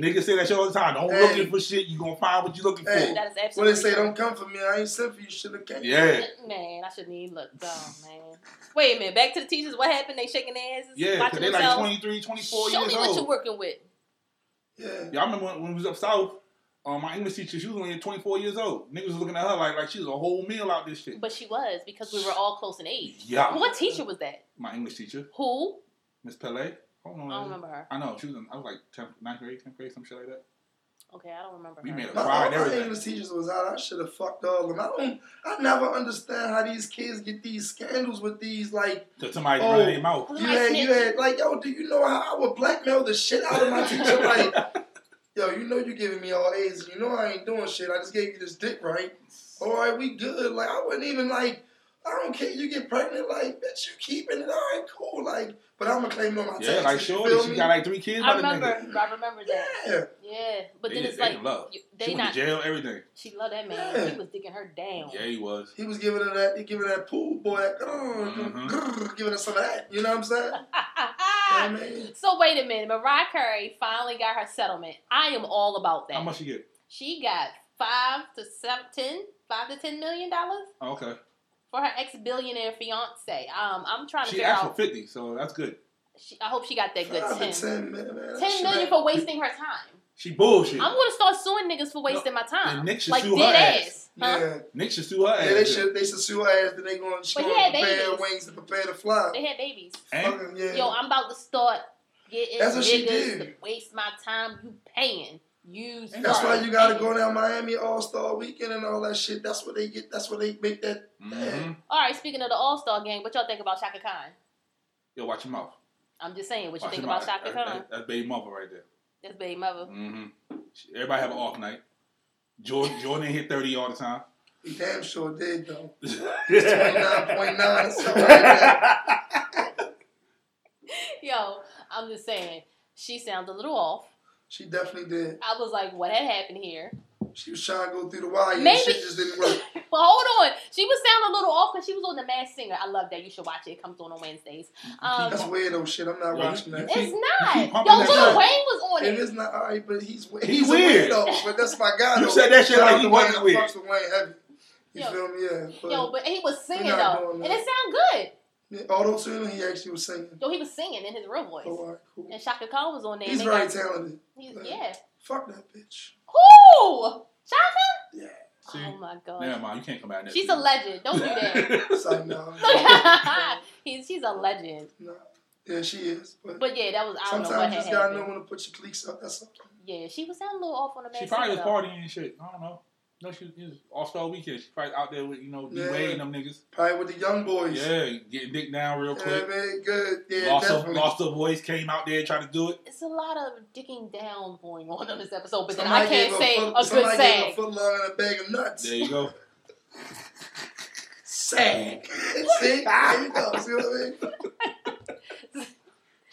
Niggas say that shit all the time. Don't Hey. looking for shit. You gonna find what you looking Hey. That is When they absolutely say true. don't come for me, I ain't sent for you. Should have for. came. Yeah. Man, I shouldn't even look dumb, man. Wait a minute. Back to the teachers. What happened? They shaking their asses, Yeah, because watching they like themselves. 23, 24 Show years me what you're old. working with. Yeah. Y'all remember when, when we was up south? Um, my English teacher, she was only 24 years old. Niggas was looking at her like, like she was a whole meal out this shit. But she was because we were all close in age. Yeah. What teacher was that? My English teacher, Who? Miss Pele. I don't know. I don't remember her. I know she was. In, I was like 10th, 9th grade, 10th grade, some shit like that. Okay, I don't remember. We her. made a My, Pride all and my everything. English teachers was out. I should have fucked all of them. I don't. I never understand how these kids get these scandals with these like So somebody Oh. running their mouth. you had you had like yo. Do you know how I would blackmail the shit out of my teacher? Like yo, you know you giving me all A's. You know I ain't doing shit. I just gave you this dick, right? All right, we good. Like I wouldn't even like. I don't care. You get pregnant, like bitch. You keeping it all right, cool. Like, but I'm gonna claim it on my Yeah, taxes. like you sure, feel she me? got like three kids. I by the remember. nigga. I remember that. yeah. Yeah, but They- then it's they like in love. you- She they went not. to jail, everything. She loved that man. Yeah. He was digging her down. Yeah, he was. He was giving her that, he giving her that pool boy, that, grrr, Mhm. grrr, giving her some of that. You know what I'm saying? You know what I mean? so wait a minute. Mariah Carey finally got her settlement. I am all about that. How much she get? She got five to seven, ten, five to ten million dollars Oh, okay, for her ex billionaire fiance. Um, I'm trying to she figure asked for out. fifty, so that's good. She, I hope she got that good Five to ten. ten, man, man. That Ten shit million ain't- for wasting her time. She bullshit. I'm gonna start suing niggas for wasting my then time. Nick should Like sue her dead ass. ass. Yeah. Huh? Nick should sue her ass. yeah, they should they should sue her ass. Then they going to But he prepare had her babies. wings to prepare to fly. They had babies. And Fucking, yeah. Yo, I'm about to start getting That's what she niggas to did. waste my time. You paying. You that's start why you gotta paying. go down Miami All Star Weekend and all that shit. That's what they get. That's what they make that. Mhm. All right, speaking of the All Star game, what y'all think about Shaka Khan? Yo, watch your mouth. I'm just saying, what you Watch think your about Shaka That- Khan? that- That's baby mother right there. That's baby mother. hmm Everybody have an off night. Jordan, Jordan ain't hit thirty all the time. He damn sure did though. yeah, 29.9, something like that. Yo, I'm just saying, she sounds a little off. She definitely did. I was like, what had happened here? She was trying to go through the wire. and Maybe- Shit just didn't work. But hold on, she was sounding a little off because she was on The Masked Singer. I love that. You should watch it. It comes on on Wednesdays. Um, That's weirdo shit. I'm Yo, not you- watching you that. It's keep not. pumping Yo, that Lil shit. Wayne was on It it. is not all right, but he's he's, He he's weird. a weirdo. But that's my guy. You though. said that shit like Shout he out to wasn't Wayne. I weird. fucks with Wayne heavy. You Yo. feel me? Yeah. But Yo, but he was singing We're not though, doing and it that. sounded good. yeah, although soon he actually was singing. Yo, he was singing in his real voice, Oh, all right, cool. and Shaka Khan was on there. and He's they very got- talented. he's- talented. yeah. Fuck that bitch. Who? Shaka? Yeah. See? Oh my god. Never mind, you can't come out next She's a week. legend. Don't do that. It's like no. He's, she's a legend. no. Yeah, she is. But, But yeah, that was I don't know what sometimes had you just gotta know happened. when to put your cliques up. That's all. Yeah, she was sounding a little off on the She Masked probably was Singer, partying and shit. I don't know. No, she was All Star Weekend. She probably out there with you know D Yeah. Wade and them niggas. Probably with the young boys. Yeah, getting dick down real Yeah, quick. man, good. Yeah, lost her, definitely. lost her voice. Came out there tried to do it. though. It's a lot of digging down going on on this episode, but then Somebody I can't gave say foot, a somebody good gave saying. a foot long and a bag of nuts. There you go. Sad. See? There you go. See what I mean?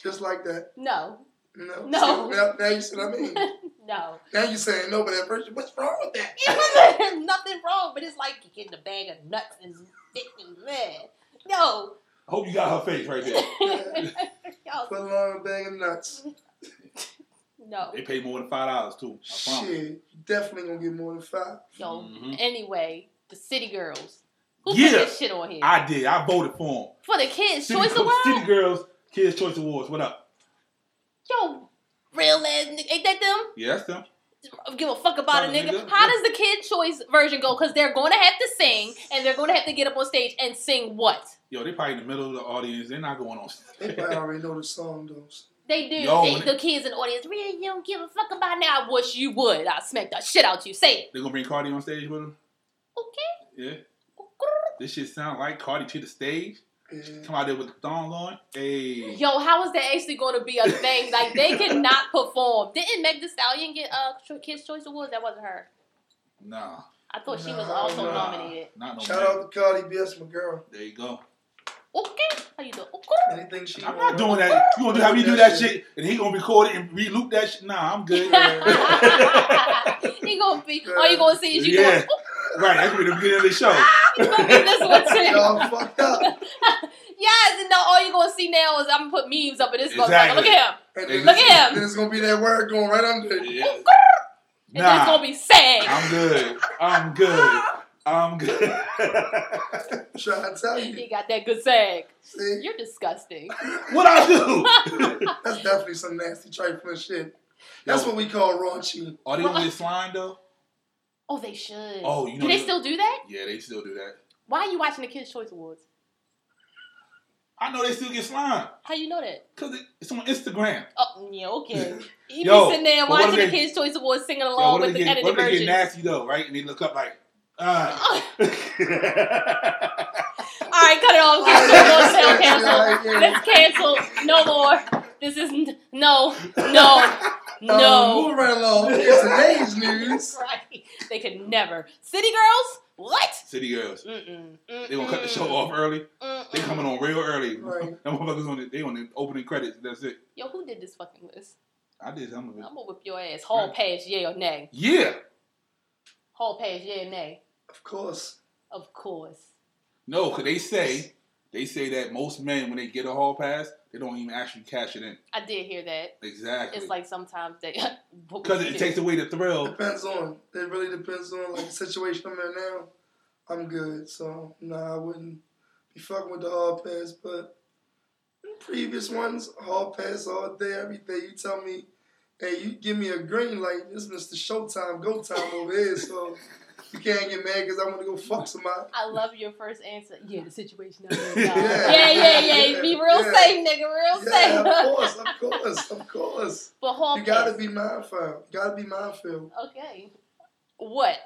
Just like that. No, No. No. now, now you see what I mean? no, Now you saying no, but at first, you, what's wrong with that? There's nothing wrong, but it's like you getting a bag of nuts and dick and man. No, I hope you got her face right there. Yo, Put along a bag of nuts. no. They paid more than five dollars too. I promise. Shit. You definitely gonna get more than five. Yo. Mhm. Anyway, the City Girls. Who Yeah. put this shit on here? I did. I voted for For the kids' him. choice award? City Girls Kids Choice Awards. What up? Yo, real ass nigga. Ain't that them? Yeah, that's them. Give a fuck about a Sorry, nigga. nigga. How Yeah. does the kid choice version go? Because they're going to have to sing, and they're going to have to get up on stage and sing what? Yo, they probably in the middle of the audience. They're not going on. They probably already know the song though. so- They do. Yo, they, when the kids in the audience, really, you don't give a fuck about now. I wish you would. I'll smack the shit out you. Say it. They're gonna bring Cardi on stage with them. Okay. Yeah. This shit sound like Cardi to the stage. Yeah. Come out there with the thong on. Hey. Yo, how is that actually going to be a thing? Like, they cannot perform. Didn't Meg Thee Stallion get uh, Cho- Kids' Choice Awards? That wasn't her. Nah. I thought she was Nah, also nah. nominated. Not no Shout Meg. out to Cardi B, that's my girl. There you go. Okay. How you doing? Okay. Anything she I'm not want. doing that. You gonna have me do that shit and he gonna record it and re-loop that shit? Nah, I'm good. he gonna be. All you gonna see is you Yeah. going. right, that's gonna be the beginning of the show. It's gonna be this one too. Y'all fucked up. Yes, and no, all you're gonna see now is I'm gonna put memes up in this motherfucker. Look Exactly. at him. Look And then at it's- him. Then it's gonna be that word going right under. it. Yeah. And that's Nah. gonna be sad. I'm good. I'm good. I'm good. Trying to tell you. He got that good sag. See, You're disgusting. what I do? that's definitely some nasty trifling shit. That's Yo, what we call raunchy. Are they gonna get slime though? Oh, they should. Oh, you know do they you- still do that? Yeah, they still do that. Why are you watching the Kids Choice Awards? I know they still get slime How you know that? because it, it's on Instagram. Oh, yeah, okay. He Yo, be sitting there but what watching if the they- Kids Choice Awards singing Yo, along what if with they the get, edited what if they get version. nasty though, right? And they look up like, ah. All right, cut it off. Cancel. Let's cancel. Like, yeah. Let's cancel. No more. This is n- no, no, Um, no. Moving right along. Here's today's news. Right. They could never. City girls? What? City girls. Mm-mm. They gonna cut the show off early. They coming on real early. Right. Them motherfuckers on the, they on the opening credits. That's it. Yo, who did this fucking list? I did some of I'm it. gonna whip your ass. Hall pass, yeah or nay. Yeah. Hall pass, yeah or nay. Of course. Of course. No, cause they say they say that most men when they get a hall pass, they don't even actually cash it in. I did hear that. Exactly. It's like sometimes they. because it takes away the thrill. Depends on. It really depends on like the situation I'm in now. I'm good, so nah, I wouldn't be fucking with the hall pass. But previous ones, hall pass all day, every day. You tell me, hey, you give me a green light. This Mr. Showtime, go time over here. So you can't get mad because I want to go fuck somebody. I love your first answer. Yeah, the situation. I'm in, dog. Yeah. yeah, yeah, yeah. Be real Yeah. safe, nigga. Real Yeah, of safe. course, of course, of course. but hall You pass. gotta be mindful. You gotta be mindful. Okay. What?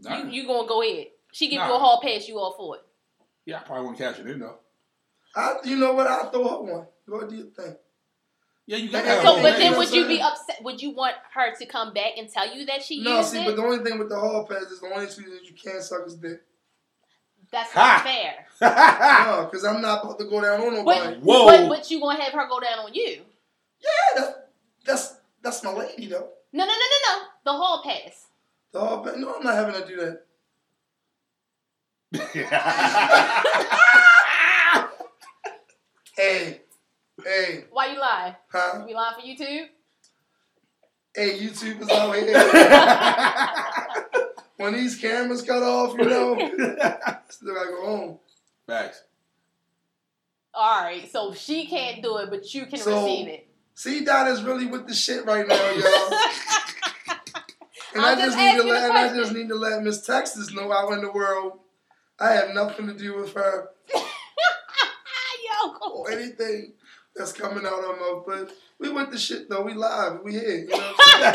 Nah. You, you gonna go ahead? She give you Nah. a hall pass. You all for it? yeah, I probably won't cash it in though. I, you know what? I throw her one. What do you think? Yeah, you got Yeah, that. I So, mean, but you then know would what you I'm be saying? upset? Would you want her to come back and tell you that she No, used see, it? but the only thing with the hall pass is the only thing that you can't suck is dick. That's Ha! not fair. No, because I'm not about to go down on nobody. But, Whoa. but but you gonna have her go down on you? yeah, that's that's that's my lady though. No, no, no, no, no. The hall pass. The hall pass. No, I'm not having to do that. Hey, hey, Why you lie? huh? We lying for YouTube? Hey, YouTube is out here. when these cameras cut off, you know, still gotta go home. Facts. All right. So she can't do it, but you can So- receive it. See, Donna's really with the shit right now, y'all. And i I'm just just need to asking let the and I question. just need to let Miss Texas know out in the world. I have nothing to do with her Ah, yo. or anything that's coming out of her. But we went to shit though. We live. We here. You know what I'm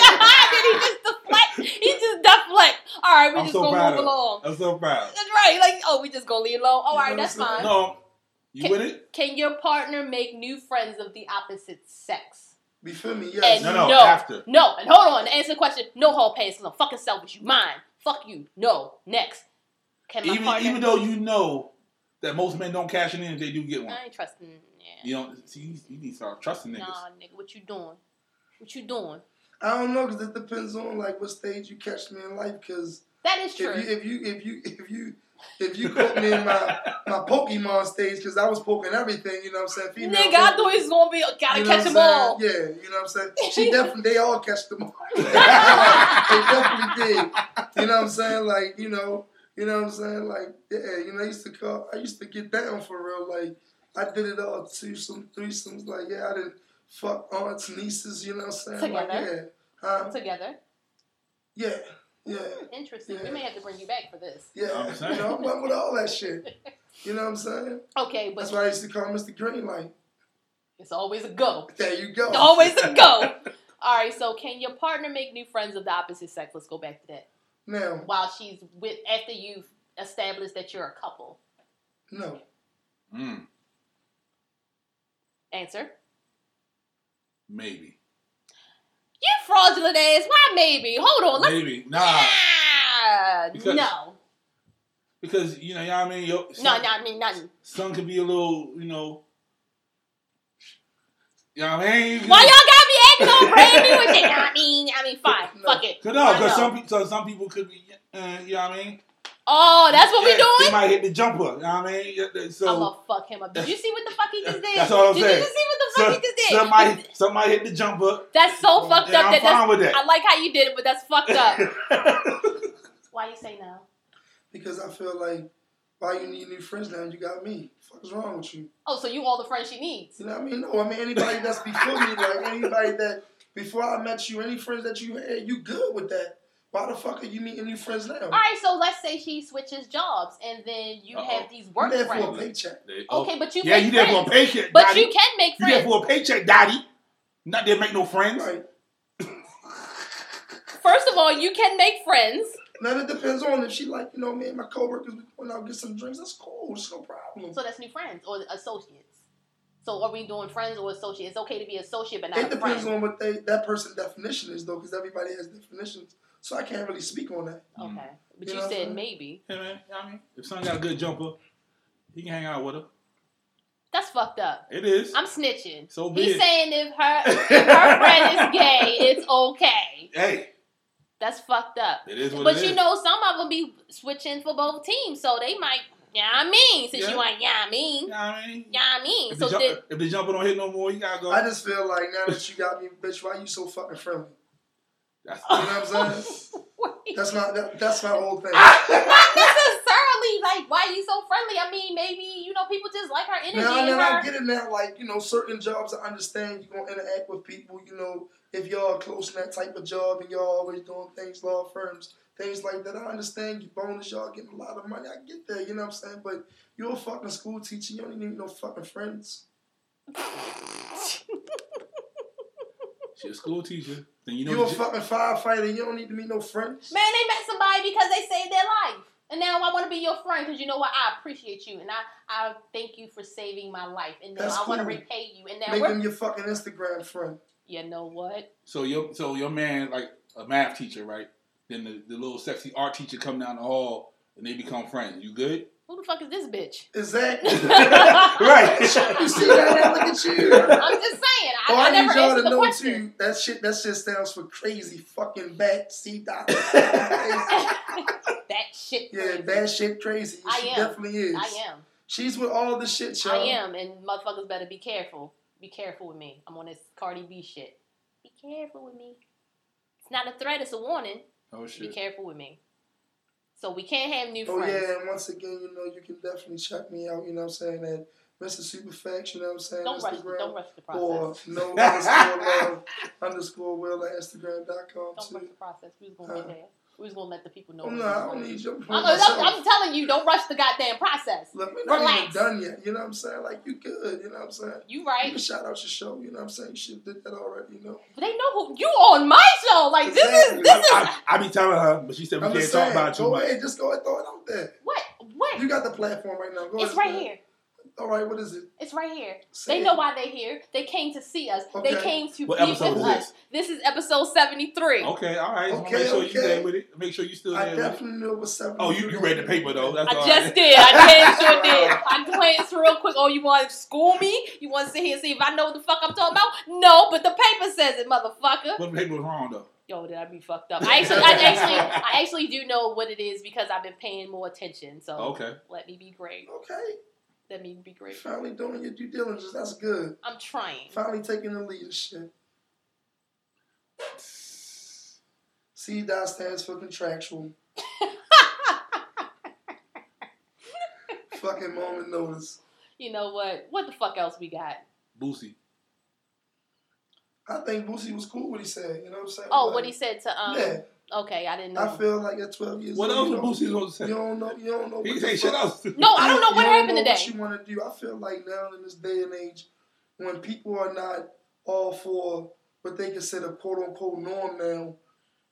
Did saying? he just deflect? He just deflect. All right, we I'm just so proud gonna of move him. along. I'm so proud. That's right. Like, oh, we just gonna leave it alone. Oh, all You right, know that's what I'm fine. No, you Can- with it? Can your partner make new friends of the opposite sex? You feel me? Yes. And No, no, no. after. No, and hold on to answer the question. No hall pass because I'm fucking selfish. You mine. Fuck you. No. Next. Can my Even partner? even though you know that most men don't cash it in if they do get one. I ain't trusting. Yeah. You don't see you, you need to start trusting niggas. Oh, Nah, nigga, what you doing? What you doing? I don't know because it depends on like what stage you catch me in life. Because That is if true. you if you if you if you if you put me in my my Pokemon stage because I was poking everything. You know what I'm saying? Female Nigga, I Pokemon, thought he's gonna be uh, gotta you know catch what I'm them all. saying? Yeah. You know what I'm saying? She definitely they all catch them all. they definitely did. You know what I'm saying? Like, you know, you know what I'm saying? Like, yeah, you know, I used to call I used to get down for real. Like, I did it all twosome, threesomes, like yeah, I didn't fuck aunts, nieces, you know what I'm saying? Like, yeah. Together. Huh? Together. Yeah. Yeah. Interesting. We Yeah. may have to bring you back for this. Yeah. I'm saying. You know, I'm done with all that shit. You know what I'm saying? Okay, but That's why I used to call Mr. Green Light. it's always a go. There you go. Always a go. All right, so can your partner make new friends of the opposite sex? Let's go back to that. Now, While she's with, after you've established that you're a couple. no. Mm, Answer. maybe. You fraudulent ass. Why maybe? Hold on. Let's. Maybe. Nah. Ah, Because- no. Because you know, you know what I mean? Yo, No, no, I mean, nothing. Some could be a little, you know. You know what I mean? Why y'all gotta be acting all brand new with that? I mean, I mean, fine. No. Fuck it. Cause no, I know. cause some, pe- so some people could be, uh, you know what I mean? Oh, that's what Yeah, we They doing? might hit the jumper. You know what I mean? Yeah, th- So I'm gonna fuck him up. Did you see what the fuck he just did? That's all I'm did saying. you just see what the fuck he So- just it. Somebody, somebody hit the jump hook. That's so fucked And up. I'm That that's, fine with that. I like how you did it, but that's fucked up. Why you say no? because I feel like why you need new friends now? You got me. Fuck's wrong with you? Oh, so you all the friends she needs. You know what I mean? No, I mean anybody that's before me, like anybody that before I met you, any friends that you had, you good with that. Why the fuck are you meeting new friends now? All right, so let's say she switches jobs, and then you Uh-oh. have these You work there for a friends. paycheck. Okay, but you yeah, make you there friends. for a paycheck, but daddy. you can make You there friends. for a paycheck, daddy. Not there to make no friends. Right. First of all, you can make friends. Now it depends on if she like, you know, me and my coworkers we going out get some drinks. That's cool. It's no problem. So that's new friends or associates. So are we doing friends or associates? It's okay to be associate, but not It a depends friend. on what they that person definition is though, because everybody has definitions. So I can't really speak on that. okay, but You you, know what said I'm saying? maybe. Hey, man, you know what I mean? If son got a good jumper, he can hang out with her. That's fucked up. It is. I'm snitching. So be He's it. saying if her if her friend is gay, it's okay. hey, That's fucked up. it is what But it you is. know, some of them be switching for both teams, so they might. Yeah, I mean, since Yeah. you ain't. Yeah, I You mean. know what I mean? Yeah, I mean. If, So the did, jump, if the jumper don't hit no more, you gotta go. I just feel like now that you got me, bitch, why you so fucking friendly? That's- You know what I'm saying? Wait, That's my that, that's my whole thing. not necessarily like why you so friendly. I mean, maybe you know people just like her energy. Now, and now her, I get it now. Like you know, certain jobs I understand you're gonna interact with people. You know, if y'all are close in that type of job and y'all always doing things, law firms, things like that. I understand you bonus, y'all getting a lot of money. I get that. You know what I'm saying? But you're a fucking school teacher. You don't need no fucking friends. She a school teacher. Then you You know are a the- fucking firefighter. You don't need to meet no friends. Man, they met somebody because they saved their life. And now I want to be your friend because you know what? I appreciate you and I, I thank you for saving my life. And now That's I want to cool. repay you. And now Make we're. them your fucking Instagram friend. you know what? so your so your man like a math teacher, right? Then the, the little sexy art teacher come down the hall and they become friends. You good? Who the fuck is this bitch? Exactly. Oh, you right. see that? Now look at you. I'm just saying. I, Oh, I I, never need y'all answered to the know question. too. That shit. That shit stands for crazy fucking bat seat dot. yeah, that shit. crazy. bad shit crazy. I she am. definitely is. I am. She's with all the shit, y'all. I am. And motherfuckers better be careful. Be careful with me. I'm on this Cardi B shit. Be careful with me. It's not a threat, it's a warning. Oh Be shit. careful with me. So we can't have new Oh friends. yeah, and once again, you know, you can definitely check me out. You know what I'm saying? At Mr. Superfax. You know what I'm saying? Don't rush. Instagram. Don't rush the process. Or no underscore love underscore will at Don't Instagram.com rush too. the process. We was gonna get Uh, there. We was gonna let the people know. I'm what not, I we was don't gonna need do. your I'm, I'm- I'm telling you, don't rush the goddamn process. Look, we're not Relax. even done yet. You know what I'm saying? Like you good. You know what I'm saying? You You can right? shout out your show. You know what I'm saying? You should have did that already. You know. They know who you on my show. Like this is Exactly. this is I, I, I be telling her, but she said we I'm can't just talk saying, about it too go much. ahead, just go and throw it out there. what what. You got the platform right now. Go It's ahead, right man. here. All right, what is it? It's right here. Say They it. know why they're here. They came to see us. They Okay. came to What be with episode is us. This is episode seventy three. Okay, all right. Okay, Make sure you okay. there with it. Make sure you still I there with it. definitely knew it was seven. Oh, you, you read the paper though. That's all I right. just did. I damn sure did. I glanced real quick. Oh, you want to school me? You want to sit here and see if I know what the fuck I'm talking about? No, but the paper says it, motherfucker. What paper was wrong though? Yo, did I be fucked up? I actually, I actually, I actually do know what it is because I've been paying more attention. So Okay. let me be great. Okay, Let me be great. finally doing your due diligence. That's good. I'm trying. Finally taking the leadership. C dot stands for contractual. Fucking moment notice. You know what? What the fuck else we got? Boosie. I think Boosie was cool what he said. You know what I'm saying? Oh, Like, what he said to um. yeah, Okay, I didn't I know. feel like at 12 years What old, else you was don't- Boosie supposed to You say? don't know. You don't know. He Oh, what say the shit fuck- else. No, I don't know what you happened know today. What you want to do? I feel like now in this day and age, when people are not all for what they consider quote unquote norm now,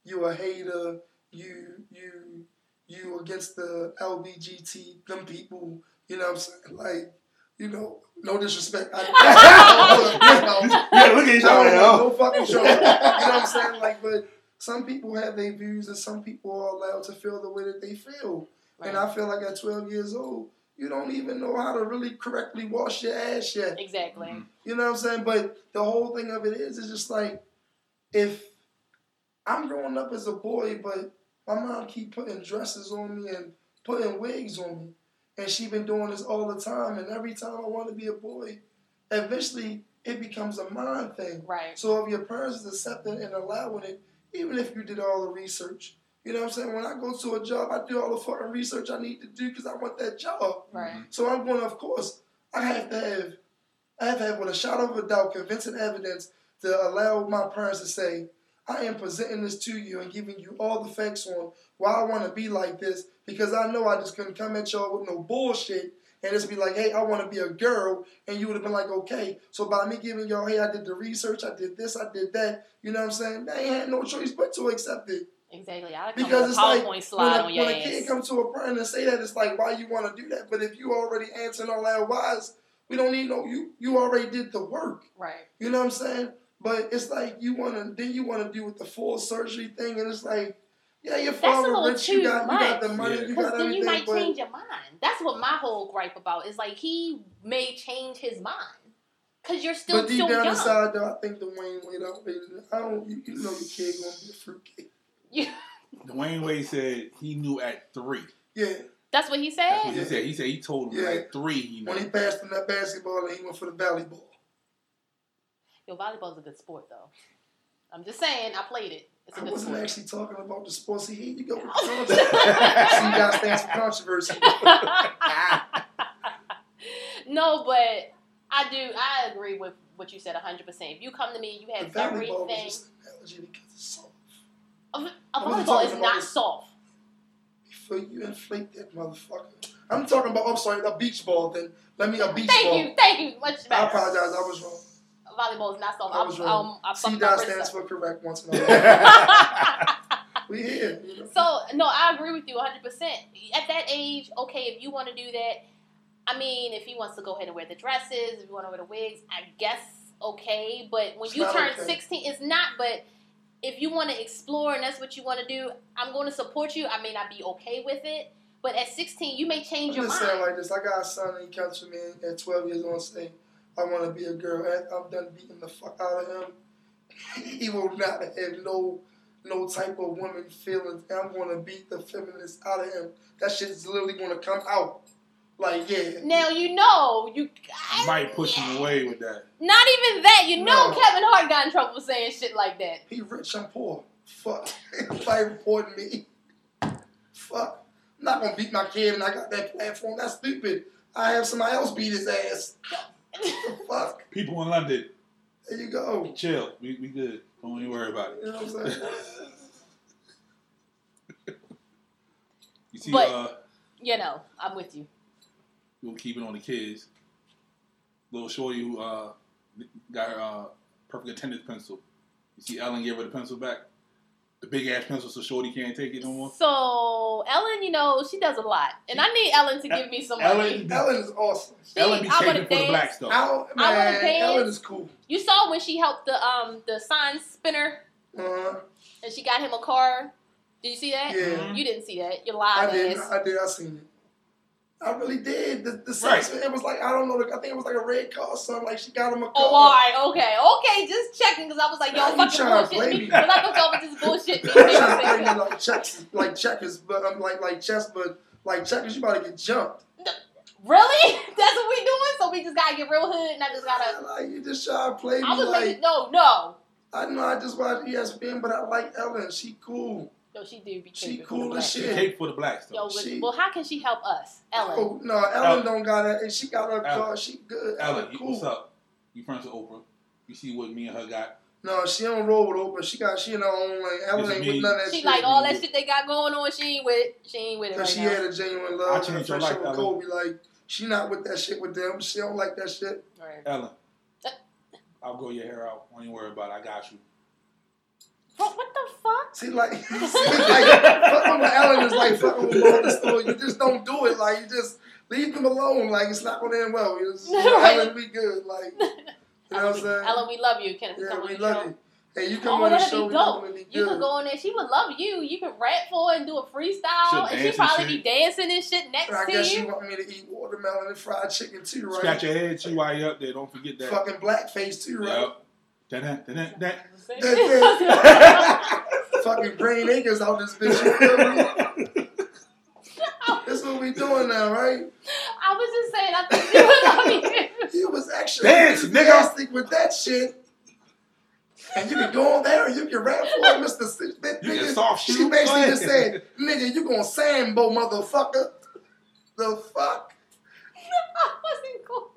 you a hater. You you you against the LBGT them people. You know what I'm saying? Like you know, no disrespect. I, I, don't know. Yeah, look at each No, other. yo. no fucking joke. you know what I'm saying? Like, but some people have their views, and some people are allowed to feel the way that they feel. And I feel like at 12 years old, you don't even know how to really correctly wash your ass yet. Exactly. Mhm. You know what I'm saying? But the whole thing of it is, it's just like if I'm growing up as a boy, but my mom keep putting dresses on me and putting wigs on me, and she been doing this all the time. And every time I want to be a boy, eventually it becomes a mind thing. Right. So if your parents is accepting and allowing it, even if you did all the research, you know what I'm saying? When I go to a job, I do all the fucking research I need to do because I want that job. Right. So I'm going, of course, I have to have, I have to have with a shadow of a doubt convincing evidence to allow my parents to say, I am presenting this to you and giving you all the facts on why I want to be like this because I know I just couldn't come at y'all with no bullshit and just be like, hey, I want to be a girl. And you would have been like, okay. So by me giving y'all, hey, I did the research, I did this, I did that, you know what I'm saying? They had no choice but to accept it. Exactly. I come Because with a it's PowerPoint like slide when on a, your when a ass. kid comes to a parent and say that, it's like, why you want to do that? But if you already answering all our whys, we don't need no. You you already did the work. right. You know what I'm saying? But it's like you want to then you want to do with the full surgery thing, and it's like, yeah, your a father little rich. You too got you got the much. money. Yeah. You Because got then everything. you might but change your mind. That's what my whole gripe about is like he may change his mind because you're still but too deep down young. inside, though, I think Dwayne Wade. I don't- I don't. You, you know, your kid gonna be a fruitcake. Dwayne Wade said he knew at three. Yeah. That's what he That's what said. he said. He said he told him Yeah. at three he knew. When he passed from that basketball, and he went for the volleyball. Yo, volleyball's a good sport though. I'm just saying, I played it. It's a I good wasn't sport. actually talking about the sports. See, here you go with the No. controversy. See, you guys stand for controversy. Ah. no, but I do. I agree with what you said 100. percent If you come to me, you The have volleyball was everything. just an analogy because it's soft. A I wasn't volleyball talking is about not this. soft. Before you inflate that motherfucker. I'm talking about, I'm sorry, a beach ball then. Let me, a beach ball. Thank you, thank you. Much I better. apologize, I was wrong. Volleyball is not soft. I I was I, wrong. um, I C fucked my dot wrist stands up. for correct once in a while. we here. You know? So no, I agree with you 100. percent At that age, okay, if you want to do that, I mean, if he wants to go ahead and wear the dresses, if you want to wear the wigs, I guess okay. But when It's you not turn okay. 16, it's not. But if you want to explore and that's what you want to do, I'm going to support you. I may not be okay with it, but at 16, you may I'm change your just saying mind. like this. I got a son and he comes to me at 12 years old and say, I want to be a girl. And I'm done beating the fuck out of him. he will not have no no type of woman feelings. And I'm going to beat the feminist out of him. That shit's literally going to come out. Like, yeah. Now you know you You might push him away with that. Not even that. You know No. Kevin Hart got in trouble for saying shit like that. He rich, I'm poor. Fuck. Everybody reporting me. Fuck. I'm not gonna beat my kid and I got that platform. That's stupid. I have somebody else beat his ass. The fuck? People in London, There you go. chill. We, we good. Don't even worry about You it. know what I'm saying? You see, But- uh, You know, I'm with you. we'll keep it on the kids. Little Shorty who uh, got her uh, perfect attendance pencil. You see, Ellen gave her the pencil back. The big ass pencil, so Shorty can't take it no more. So Ellen, you know, she does a lot, and I need Ellen to give me some money. Ellen, Oh. Ellen is awesome. She- Ellen be I chafing would've for the black danced. stuff. I don't, I wanna man, dance. Ellen is cool. You saw when she helped the um the sign spinner, Uh, and she got him a car. Did you see that? Yeah. You didn't see that. You're I lying did. ass. I did. I seen it. I really did. The, the Right. sex, it was like, I don't know, I think it was like a red car or something. Like, she got him a car. Oh, all right, okay, okay. Just checking because I was like, Now yo, you fucking tryna play bullshit me. me. Because I was over this bullshit me. I'm trying to play me like checks, like checkers, but I'm like like chess, but like checkers, you about to get jumped. really? That's what we doing? So we just gotta get real hood, and I just gotta. like you just try to play me. I was like making no, no. I know I just watched E ESPN, but I like Ellen. She cool. No, she do be She chafing for cool the as black. She shit. cake for the black Yo, stuff. with, She- well, how can she help us, Ellen? Oh no, Ellen, Ellen. don't got it, and she got her Ellen. car. She good. Ellen, you, cool. what's up? You friends with Oprah. You see what me and her got. No, she don't roll with Oprah. She got she in her own lane. Ellen Yes, ain't me. with none of that She shit. like all that shit they got going on. She ain't with. She ain't with it right Cause she now. had a genuine I love and a changed your friendship life, with Kobe. Like she not with that shit with them. She don't like that shit. Right. Ellen, Uh. I'll grow your hair out. Don't even worry about it. I got you. What, what the fuck? See, like, see, like fucking with Ellen is like fucking with Lord the Store. You just don't do it. Like, you just leave them alone. Like, it's not going to end well. You just, you know, Right. Ellen, we good. Like, you know what I'm saying? Ellen, we love you. Can yeah, come on we the love show? you. Hey, you Oh, come on the that'd show, be we dope. definitely You could good. go in there. She would love you. You could rap for her and do a freestyle, She'll and dance she and probably be shit. dancing and shit next I to guess you. you want me to eat watermelon and fried chicken too, right? Scratch your head, chew while you up there. Don't forget that. Fucking blackface too, right? Yep. Dun-dun, dun-dun, dun. I Fucking green acres out this bitch. You feel me? That's what we doing now, right? was just saying. I think she would love you. You was actually Dance, nigga. enthusiastic with that shit. And you can go on there and you can rap for it, Mr. Six Bit You can Nigga. soft She shoe. basically Go just ahead. said, nigga, you gonna Sambo, motherfucker. The fuck? I wasn't going.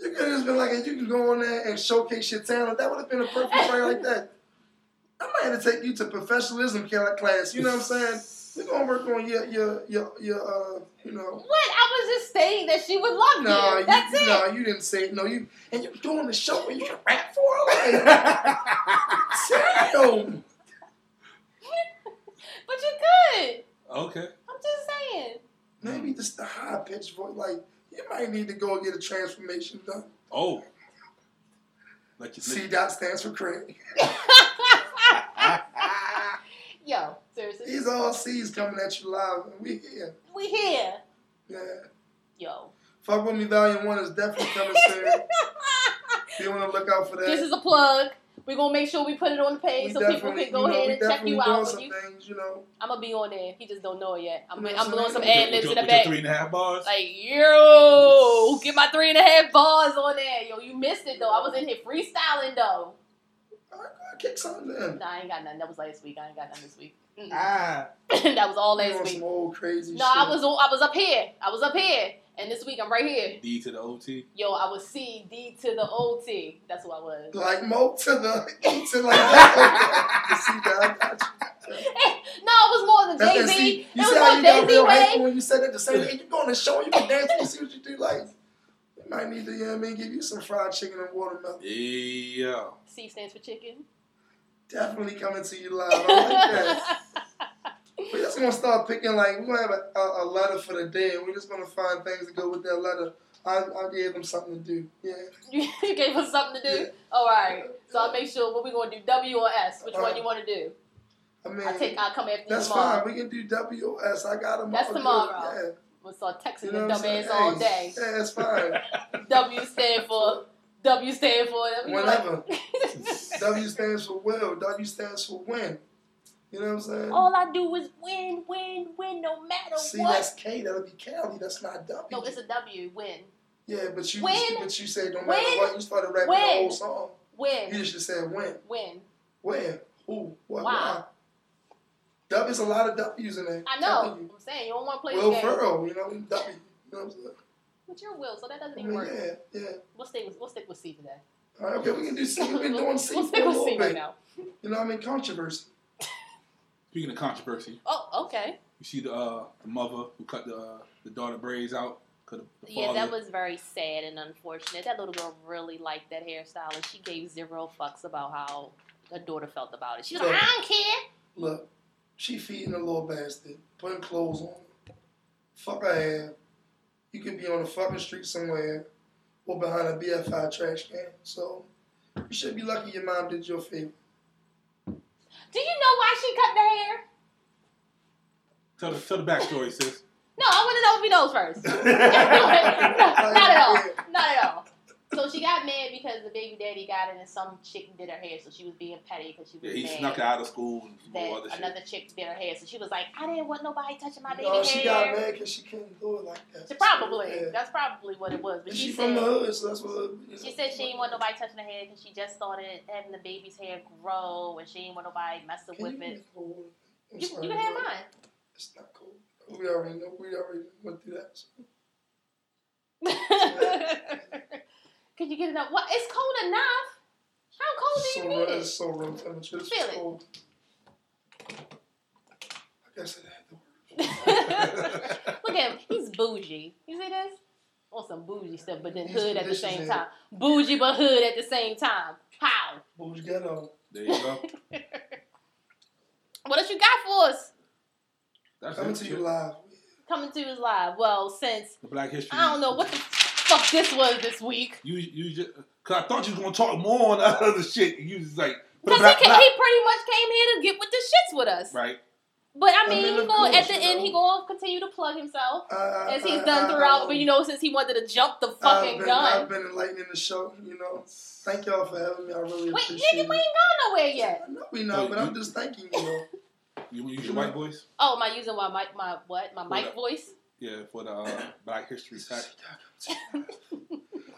You could have just been like, you can go on there and showcase your talent. That would have been a perfect thing like that. I might have to take you to professionalism class. You know what I'm saying? We're gonna work on your your your your uh you know. What? I was just saying that she would love No, you. you, That's it. no, you didn't say no. You and you doing the show and you can rap for her. Like, damn. But you could. okay. I'm just saying. Maybe just the high pitched voice. Like you might need to go get a transformation done. Oh. Like you C see. dot stands for Craig. Yo, seriously. These all C's coming at you live, and we here. We here. Yeah. Yo. Fuck with me, Volume One is definitely coming soon. you want to look out for that? this is a plug. We're gonna make sure we put it on the We page so people definitely- can go you know, we ahead and check definitely you doing out. Some You- things, you know. I'm gonna be on there. He just don't know it yet. I'm, You know what I'm I'm blowing some saying? ad libs in With the your back. Three and a half bars. Like yo, get my three and a half bars on there. Yo, you missed it though. I was in here freestyling though. I kick something in. Nah, I ain't got nothing. That was last week. I ain't got nothing this week. Mm-mm. ah. that was all You last want week. some old crazy No, shit. I was on, I was up here. I was up here, and this week I'm right here. D to the OT. Yo, I was C D to the O T. That's what I was. like Mo to the to like that. You see that? I got you. No, it was more the That's Jay that Z. C. It You see how was more Jay you got Z real way. hateful when you said that the same. Hey, you go on the show, you can dance, you see what you do. Like, you might need to, you know what I mean, give you some fried chicken and watermelon. Yeah. C stands for chicken. Definitely coming to you live. I like that. We're just gonna start picking like we're gonna have a, a, a letter for the day, and we're just gonna find things to go with that letter. I, I gave them something to do. Yeah. you gave us something to do. All right. So I'll make sure what we gonna do. W or S? Which one you want to do? I mean, I take. I'll come after you that's tomorrow. fine. We can do WOS. I got them. That's all good. tomorrow. We'll start Yeah. texting You know the what I'm saying? dumbass all Hey, day. Yeah, that's fine. W stand for W stand for Whenever. w stands for will. W stands for win. You know what I'm saying? All I do is win, win, win, no matter See, Oh, what. that's K. That'll be Cali. That's not W. No, it's a W. Win, yeah, but you Win. but you said no matter Win. what, you started rapping the Win. whole song. You win, just should say win. win. Where? Who? What? Why? Wow. W There's a lot of W's in there. I know. Telling you. I'm saying you don't want to play Will this game. Ferrell, you know, W. You know what I'm saying? But you're Will, so that doesn't I even mean, work. yeah, yeah. We'll stick with we'll stick with C today. All right, okay, we can do C. We've been We'll- doing C We'll for stick a with little C bit. right now. You know, I mean, controversy. Speaking of controversy, Oh, okay. you see the uh, the mother who cut the uh, the daughter braids out. Cause the, the Yeah, father, that was very sad and unfortunate. That little girl really liked that hairstyle, and she gave zero fucks about how her daughter felt about it. She was like, Yeah. "I don't care." Look, she feeding a little bastard, putting clothes on her. Fuck her ass. You could be on the fucking street somewhere or behind a BFI trash can. So you should be lucky your mom did you a favor. Do you know why she cut the hair? Tell the tell the backstory, sis. No, I want to know if he knows first. Like, not at all. yeah. Not at all. So she got mad because the baby daddy got in and some chick did her hair, so she was being petty because she was Yeah, he mad snuck her out of school and some more that other shit. another chick did her hair. So she was like, I didn't want nobody touching my baby No, hair. she got mad because she couldn't do it like that. So probably Yeah. that's probably what it was. But And she, she said from the hood, so that's what. she said she didn't want nobody touching her hair because she just started having the baby's hair grow and she didn't want nobody messing Can you with it. make cold? I'm You, sorry, you can have bro. mine. It's not cold. We already know. We already went through that. Could you get it up? What? It's cold enough. How cold do so you rough. need it? It's so room temperature. It's Feel it. cold. I guess it had to work. Look at him. He's bougie. You see this? On some bougie stuff, but then hood at the same time. Bougie but hood at the same time. How? But we got on. there you go. What else you got for us? That's Coming it, to sis. you live. Coming to his live. Well, since The Black History. I don't know what the fuck this was this week. You you just cause I thought you was gonna talk more on the other shit. You was like Because he, black- ca- black- he pretty much came here to get with the shits with us. right. But I I mean, mean, he of gonna, at course, the you end, know. he going to continue to plug himself. Uh, As he's done throughout, but you know, since he wanted to jump the I've fucking been, gun. I've been enlightening the show. You know, thank y'all for having me. I really Wait, appreciate nigga, it. we ain't gone nowhere yet. I know we not, but I'm just thanking you. Know. You use your white voice? Oh, my using my mic, my what? My Hold mic up. voice? Yeah, for the uh, Black History Pack.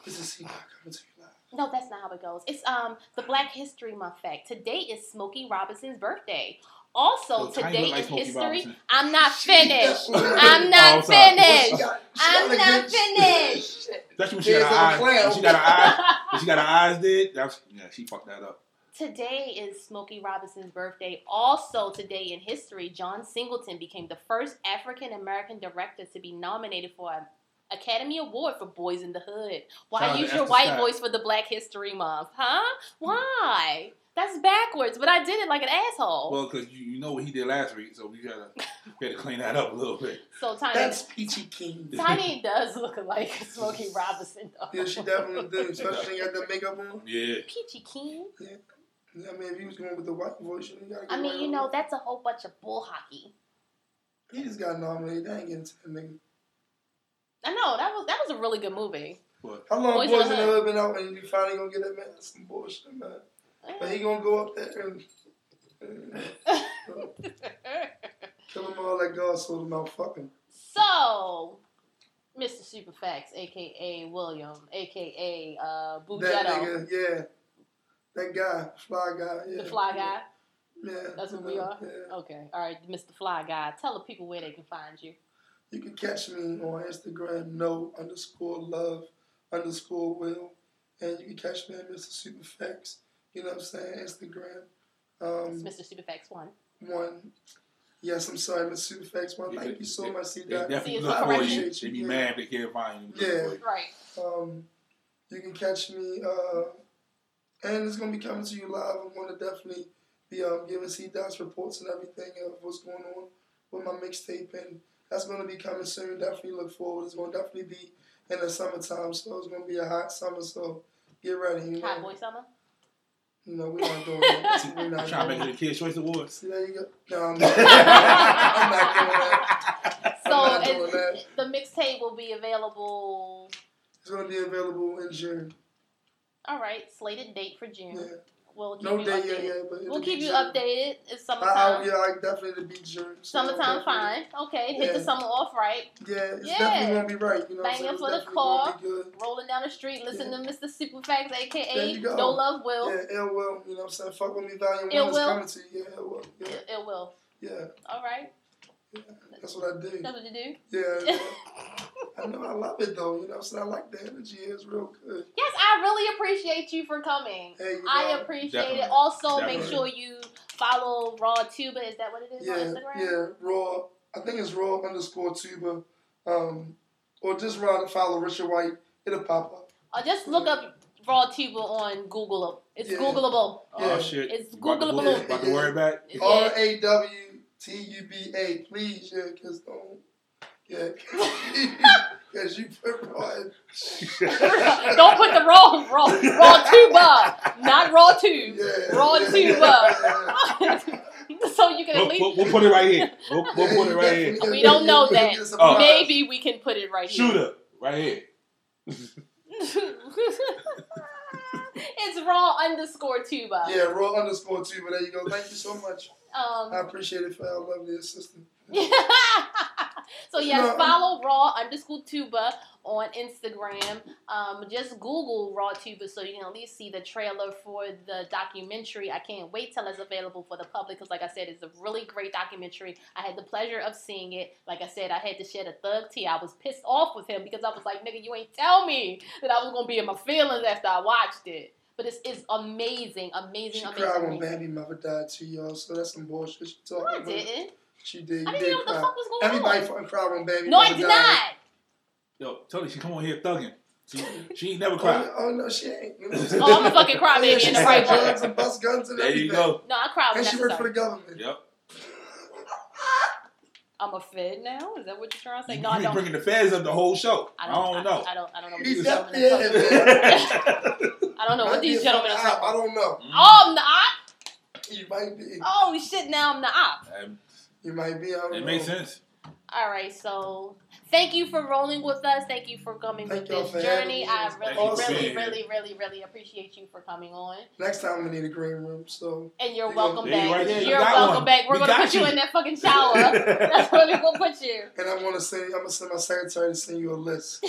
This is C Live coming to you live. No, that's not how it goes. It's um the Black History Month fact. Today is Smokey Robinson's birthday. Also, Yo, Tiny today look like in Smokey history, Robinson. I'm not She got finished. one. I'm Oh, I'm not sorry. She finished. got- she I'm got a not good- finished. That's when she There's got her eyes. a when clown. She got her eyes. when She got her eyes did. That's yeah. She fucked that up. Today is Smokey Robinson's birthday. Also, today in history, John Singleton became the first African American director to be nominated for an Academy Award for Boys in the Hood. Why Shout out to use your Esther white Scott. voice for the Black History Month? Huh? Why? That's backwards, but I did it like an asshole. Well, because you, you know what he did last week, so we gotta we gotta clean that up a little bit. so Tiny That's Peachy King. Tiny does look like Smokey Robinson though. Yeah, she definitely did, especially when you got that makeup on. Yeah. Peachy Keen. Yeah, I mean, if you was going with the white voice, you gotta get I mean, white you know, voice. that's a whole bunch of bull hockey. He just got nominated. I ain't getting to that nigga. I know, that was that was a really good movie. But How long Boys Boys, in the in the Hood. Hood been out and you finally gonna get that man some bullshit, man? But he gonna go up there and, and Uh, kill them all like God sold him out fucking. So, Mr. Superfax, aka William, aka uh, That Bugetto, nigga, yeah. That guy, fly guy, yeah. the fly guy. Yeah. That's what you we know, are? Yeah. Okay, all right, Mr. Fly Guy, tell the people where they can find you. You can catch me on Instagram, no underscore love underscore will. And you can catch me at Mr. Superfacts. You know what I'm saying? Instagram. It's Um, Mr. Superfax One. one. Yes, I'm sorry, Mr. Superfacts one. Thank you so much, C they Dot. definitely it's look a for you. correction. They be mad if they can't find you. They look Yeah. for you. Right. Um, you can catch me, uh, and it's gonna be coming to you live. I'm gonna definitely be um, giving C Dot's reports and everything of what's going on with my mixtape, and that's gonna be coming soon. Definitely look forward. It's gonna definitely be in the summertime, so it's gonna be a hot summer. So get ready. You know, Hot Boy Summer. no, we're not doing that. We're I'm not trying to make doing that. it the Kids Choice Awards. See, there you go. No, I'm not. I'm not doing that. So, not doing it's- the mixtape will be available. It's gonna be available in June. All right, slated date for June. Yeah. We'll keep No you date updated. yet, yeah, but it'll We'll be keep you June. updated. It's I, I, summertime. yeah, I definitely be June. So Summertime, definitely- fine. Okay, hit the Yeah. summer off right. Yeah, it's Yeah. definitely gonna be right. You know, what I'm Banging saying? It's for the definitely gonna be good. Rolling down the street, listen Yeah. to Mr. Superfax, There aka you go. No Love Will. Yeah, ill will. You know, what I'm saying, fuck with me, volume Ill one is Will. coming to you. Yeah, ill will. Yeah, It, it will. yeah, All right, that's what I do. that's what you do. Yeah, yeah. I know. I love it though. You know, what I'm saying I like the energy. It's real good. Yes, I really appreciate you for coming. Hey, you I know, appreciate Definitely. it. Also, make Definitely. sure you follow Raw Tuba. Is that what it is on yeah, Instagram? yeah, raw. I think it's raw underscore tuba, um, or just raw to follow Richard White. It'll pop up. Or Uh, just look up Raw Tuba on Google. It's Yeah. Googleable. Oh Yeah. shit! It's You about to Googleable. worry- About to worry back. Yeah. R A W T U B A. Please, yeah, cause don't, yeah, cause you put raw. in- Don't put the raw, raw, raw tuba, not raw tube. Yeah, Raw yeah, tuba. yeah. so you can at We'll, least we'll- we'll put it right here. We'll, we'll put it right here. We don't know that. Oh. maybe we can put it right here. Shooter, right here. it's raw underscore tuba. Yeah, raw underscore two, but there you go. Thank you so much. I Um, appreciate it for our lovely assistant. so yes, No. follow raw underscore tuba on Instagram. Um, just Google raw tuba so you can at least see the trailer for the documentary. I can't wait till it's available for the public because, like I said, it's a really great documentary. I had the pleasure of seeing it. Like I said, I had to shed a thug tear. I was pissed off with him because I was like, "Nigga, you ain't tell me that I was gonna be in my feelings after I watched it." But it's, it's amazing, amazing, She amazing. cried when amazing. baby mother died too, y'all. So that's some bullshit she No, I talking about. didn't. She did. I You didn't did know what the cry. fuck was going on. Everybody fucking cried when baby No, mother I did not. died. Yo, Tony, she come on here thugging. She, she ain't never Oh, cried. no- oh no, she ain't. You know what Oh, I'm a fucking Oh, yeah, crybaby she in the sold right way. drugs and bust guns and There everything. you go. No, I cry when And she worked for the necessary. government. Yep. I'm a fed now. Is that what you're trying to say? You No, I been don't. bringing the feds up the whole show. I I don't, don't, I know. I don't. I don't know what He these definitely gentlemen are talking is. about. I don't know Might what be these a gentlemen are fucking op, talking about. I don't know. Oh, I'm the op. You might be. Oh shit! Now I'm the op. Um, You might be. I don't it know. makes sense. All right. So thank you for rolling with us. Thank you for coming Thank with y'all this for journey. I having me. really, Thank you. really, Yeah. really, really, really appreciate you for coming on. Next time we need a green room. So And you're Yeah. welcome Yeah, back. right there. You You're got welcome one. back. We're We gonna got put you you. in that fucking shower. That's where we're gonna put you. and I'm gonna send. I'm gonna send my secretary to send you a list.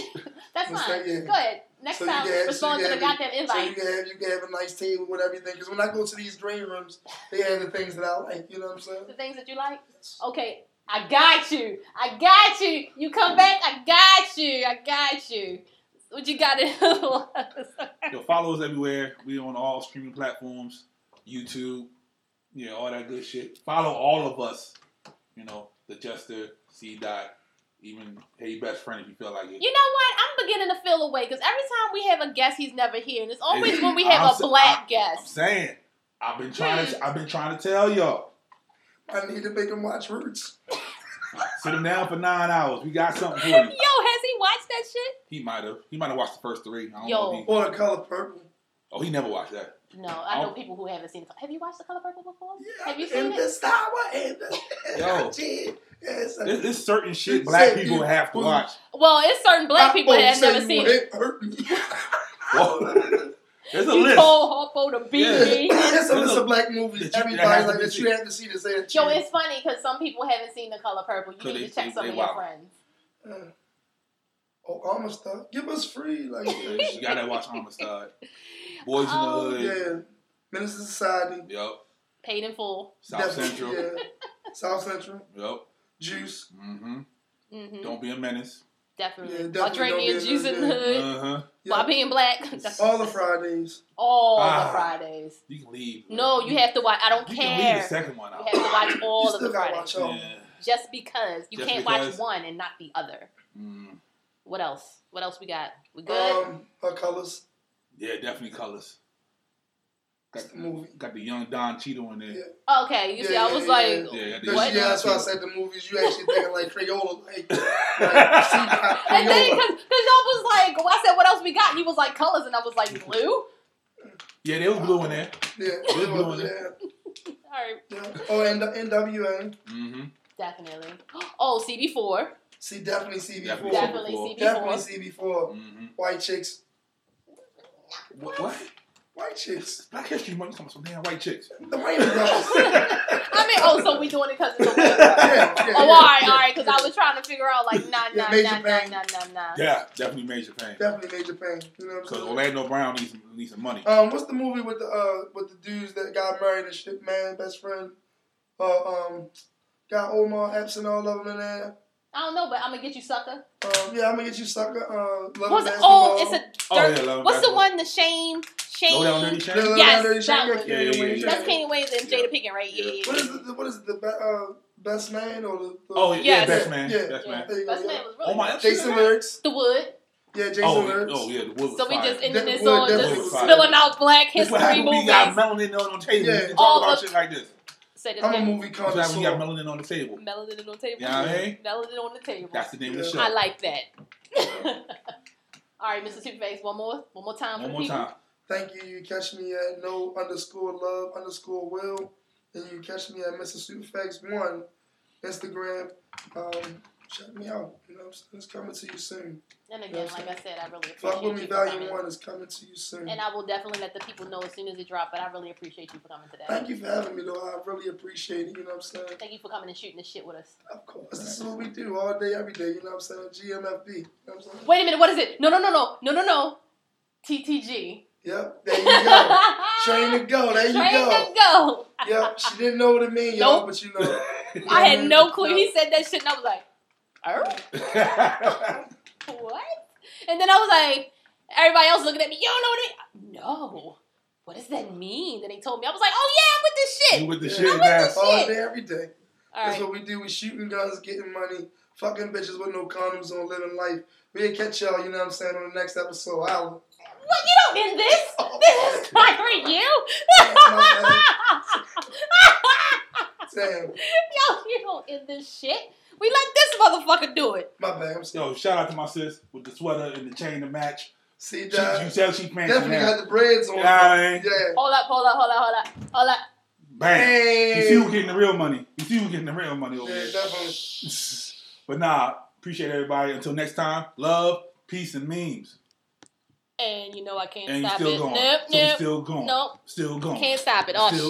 That's What's fine. that? Yeah. Good. Next So you time, can have- so respond you to the can have- goddamn So you invite. can have you can have a nice table with everything. Because when I go to these green rooms, they have the things that I like. You know what I'm saying? the things that you like. Okay, I got you. I got you. You come back. I got you. I got you. What you got in Yo, follow us everywhere. We on all streaming platforms, YouTube, yeah, all that good shit. Follow all of us. You know, the Jester, C Dot, even hey your best friend if you feel like it. You know what? I'm beginning to feel away because every time we have a guest, he's never here, and it's always when we have I'm a so- black I'm guest. saying, I've been trying to, I've been trying to tell y'all. I need to make them watch Roots. Sit him down for nine hours. We got something for Yo, you. has he watched that shit? He might have. He might have watched the first three. I don't Yo. know. If he, Or the color purple. oh, he never watched that. No, I know Oh. people who haven't seen it. Have you watched The Color Purple before? Yeah, Have you seen in it? this tower, in the Yo. Yes, There's, there's certain shit black people have to watch. Well, it's certain black people that have never seen it. Whoa. There's a you list. told Harpo to beat Yeah. me. it's a There's list a- of black movies. that you- that Everybody has to like be that you seen. have to see to say that. Yo, it's funny because some people haven't seen The Color Purple. You So need they- to check they- some they of your wild. friends. Uh, oh, almost stuff. Give us free, like you gotta watch Amistad. Boys Oh. in the Hood. yeah. Minister Society. Yup. Paid in full. South Definitely, Central. Yeah. South Central. Yup. Juice. Mm-hmm. hmm Don't be a menace. Definitely. Yeah, Yeah, definitely don't be drinking in juice there, in the yeah. hood. Uh-huh. Yeah. While being black. That's All the Fridays. all Ah. the Fridays. You can leave. No, you have to watch. I don't You can leave the care. second one You out. have to watch You all of still the gotta Fridays. watch all. Yeah. Just because. You Just can't because. watch one and not the other. Mm. What else? What else we got? We good? Um, her colors. yeah, definitely colors. That's the movie. Got the young Don Cheeto in there. Yeah. okay, you see, yeah, I was yeah, like, Yeah, got the That's, What? young Yeah, Don that's why I Cheadle. said the movies. You actually thinking like Crayola, like, like see, and then Crayola. because y'all was like, I said, what else we got? And you was like, colors, and I was like, blue. All Yeah, there was blue in there. Yeah, We're doing yeah, it. right, yeah. Oh, and the NWA. Mm-hmm. definitely. Oh, CB4, See, definitely CB4. Definitely. Definitely, definitely CB4. CB4. CB4. Mm-hmm. White chicks. What? what? White chicks. Black History Month comes from damn white chicks. The Wayne Brothers. yeah, I mean, oh, so we doing it because it's a yeah, yeah, Oh, all right, all right, because I was trying to figure out, like, nah, Yeah, nah, Major nah, nah, Payne. nah, nah, nah. Yeah, definitely major pain. Definitely Major Pain. You know what I'm Because saying? Orlando Brown needs some, needs some money. Um, what's the movie with the uh with the dudes that got married and shit? Man, best friend. Uh, um, got Omar Epps and all of them in there. I don't know, but I'm gonna get you, sucker. Um, yeah, I'm gonna get you sucker. Uh, love What's and oh, it's Basketball. a Oh, yeah, dirt. Love and what's the Basketball. one? The shame, shame. Low down dirty Yeah, Love shame. and Yes, Dirty that Shame. one. Yeah, yeah, yeah, That's yeah. Kenny Wayne and Jada Pinkett, right? Yeah, yeah, What yeah. is the, the- what is the ba- uh, best man or the, the Oh yeah, Yes. best man, Yeah. best yeah. man. There you go, Best yeah. man was really. Oh my, good. Jason Lyrics. The wood. Yeah, Jason Oh, Lyrics. oh yeah, the wood was So we fire. just ended That this wood on definitely just was fire. spilling out black That's what history happened when you got movies. melanin on the table. Yeah. You All talk about of- shit like this. Say this I'm a again. movie That's what happened when you got connoisseur. melanin on the table. Melanin on the table. You know what I mean? Melanin on the table. That's the name of the Yeah. show. I like that. All right, Mr. Superface, one more, one more time. for the One more people. time. Thank you. You catch me at no underscore love underscore will, and you catch me at Mr. Superfax one, Instagram. Um, check me out. You know, it's, it's coming to you soon. And again, like I said, I really Fuck appreciate with me, you for coming. Volume One is coming to you soon. And I will definitely let the people know as soon as it drops. But I really appreciate you for coming today. Thank you for having me, though. I really appreciate it. You know what I'm saying? Thank you for coming and shooting the shit with us. Of course, this is what we do all day, every day. You know what I'm saying? GMFB. You know what I'm saying? Wait a minute, what is it? No, no, no, no, no, no, no. TTG. Yep. There you go. Train to go. There you Train go. to go. Yep. She didn't know what it meant, y'all, Nope. but you know. I had no clue. He said that shit, and I was like, "Er, what?" And then I was like, everybody else looking at me. You don't know what it? No. What does that mean? Then he told me. I was like, "Oh yeah, I'm with this shit." you I'm with the shit, Yeah. man. with All Shit. day, every day. All That's right. what we do. We shooting guns, getting money, fucking bitches with no condoms on, living life. We'll catch y'all, you know what I'm saying, on the next episode. Oh, I'll. What you don't in this? This is not for you. Damn. Yo, you don't end this shit. We let this motherfucker do it. My bad. I'm sorry. Yo, shout out to my sis with the sweater and the chain to match. See, She, you Dad. tell she fancy Definitely now. got the braids on. You know what I mean? Yeah. Hold up, hold up, hold up, hold up, hold up. Bam. You Hey. see who getting the real money. You see who getting the real money over Yeah, here. definitely. But nah, appreciate everybody. Until next time, love, peace, and memes. And you know I can't And you stop still it. going. Nope, So you nope. still going. Nope. Still going. Can't stop it. Oh Still- shit.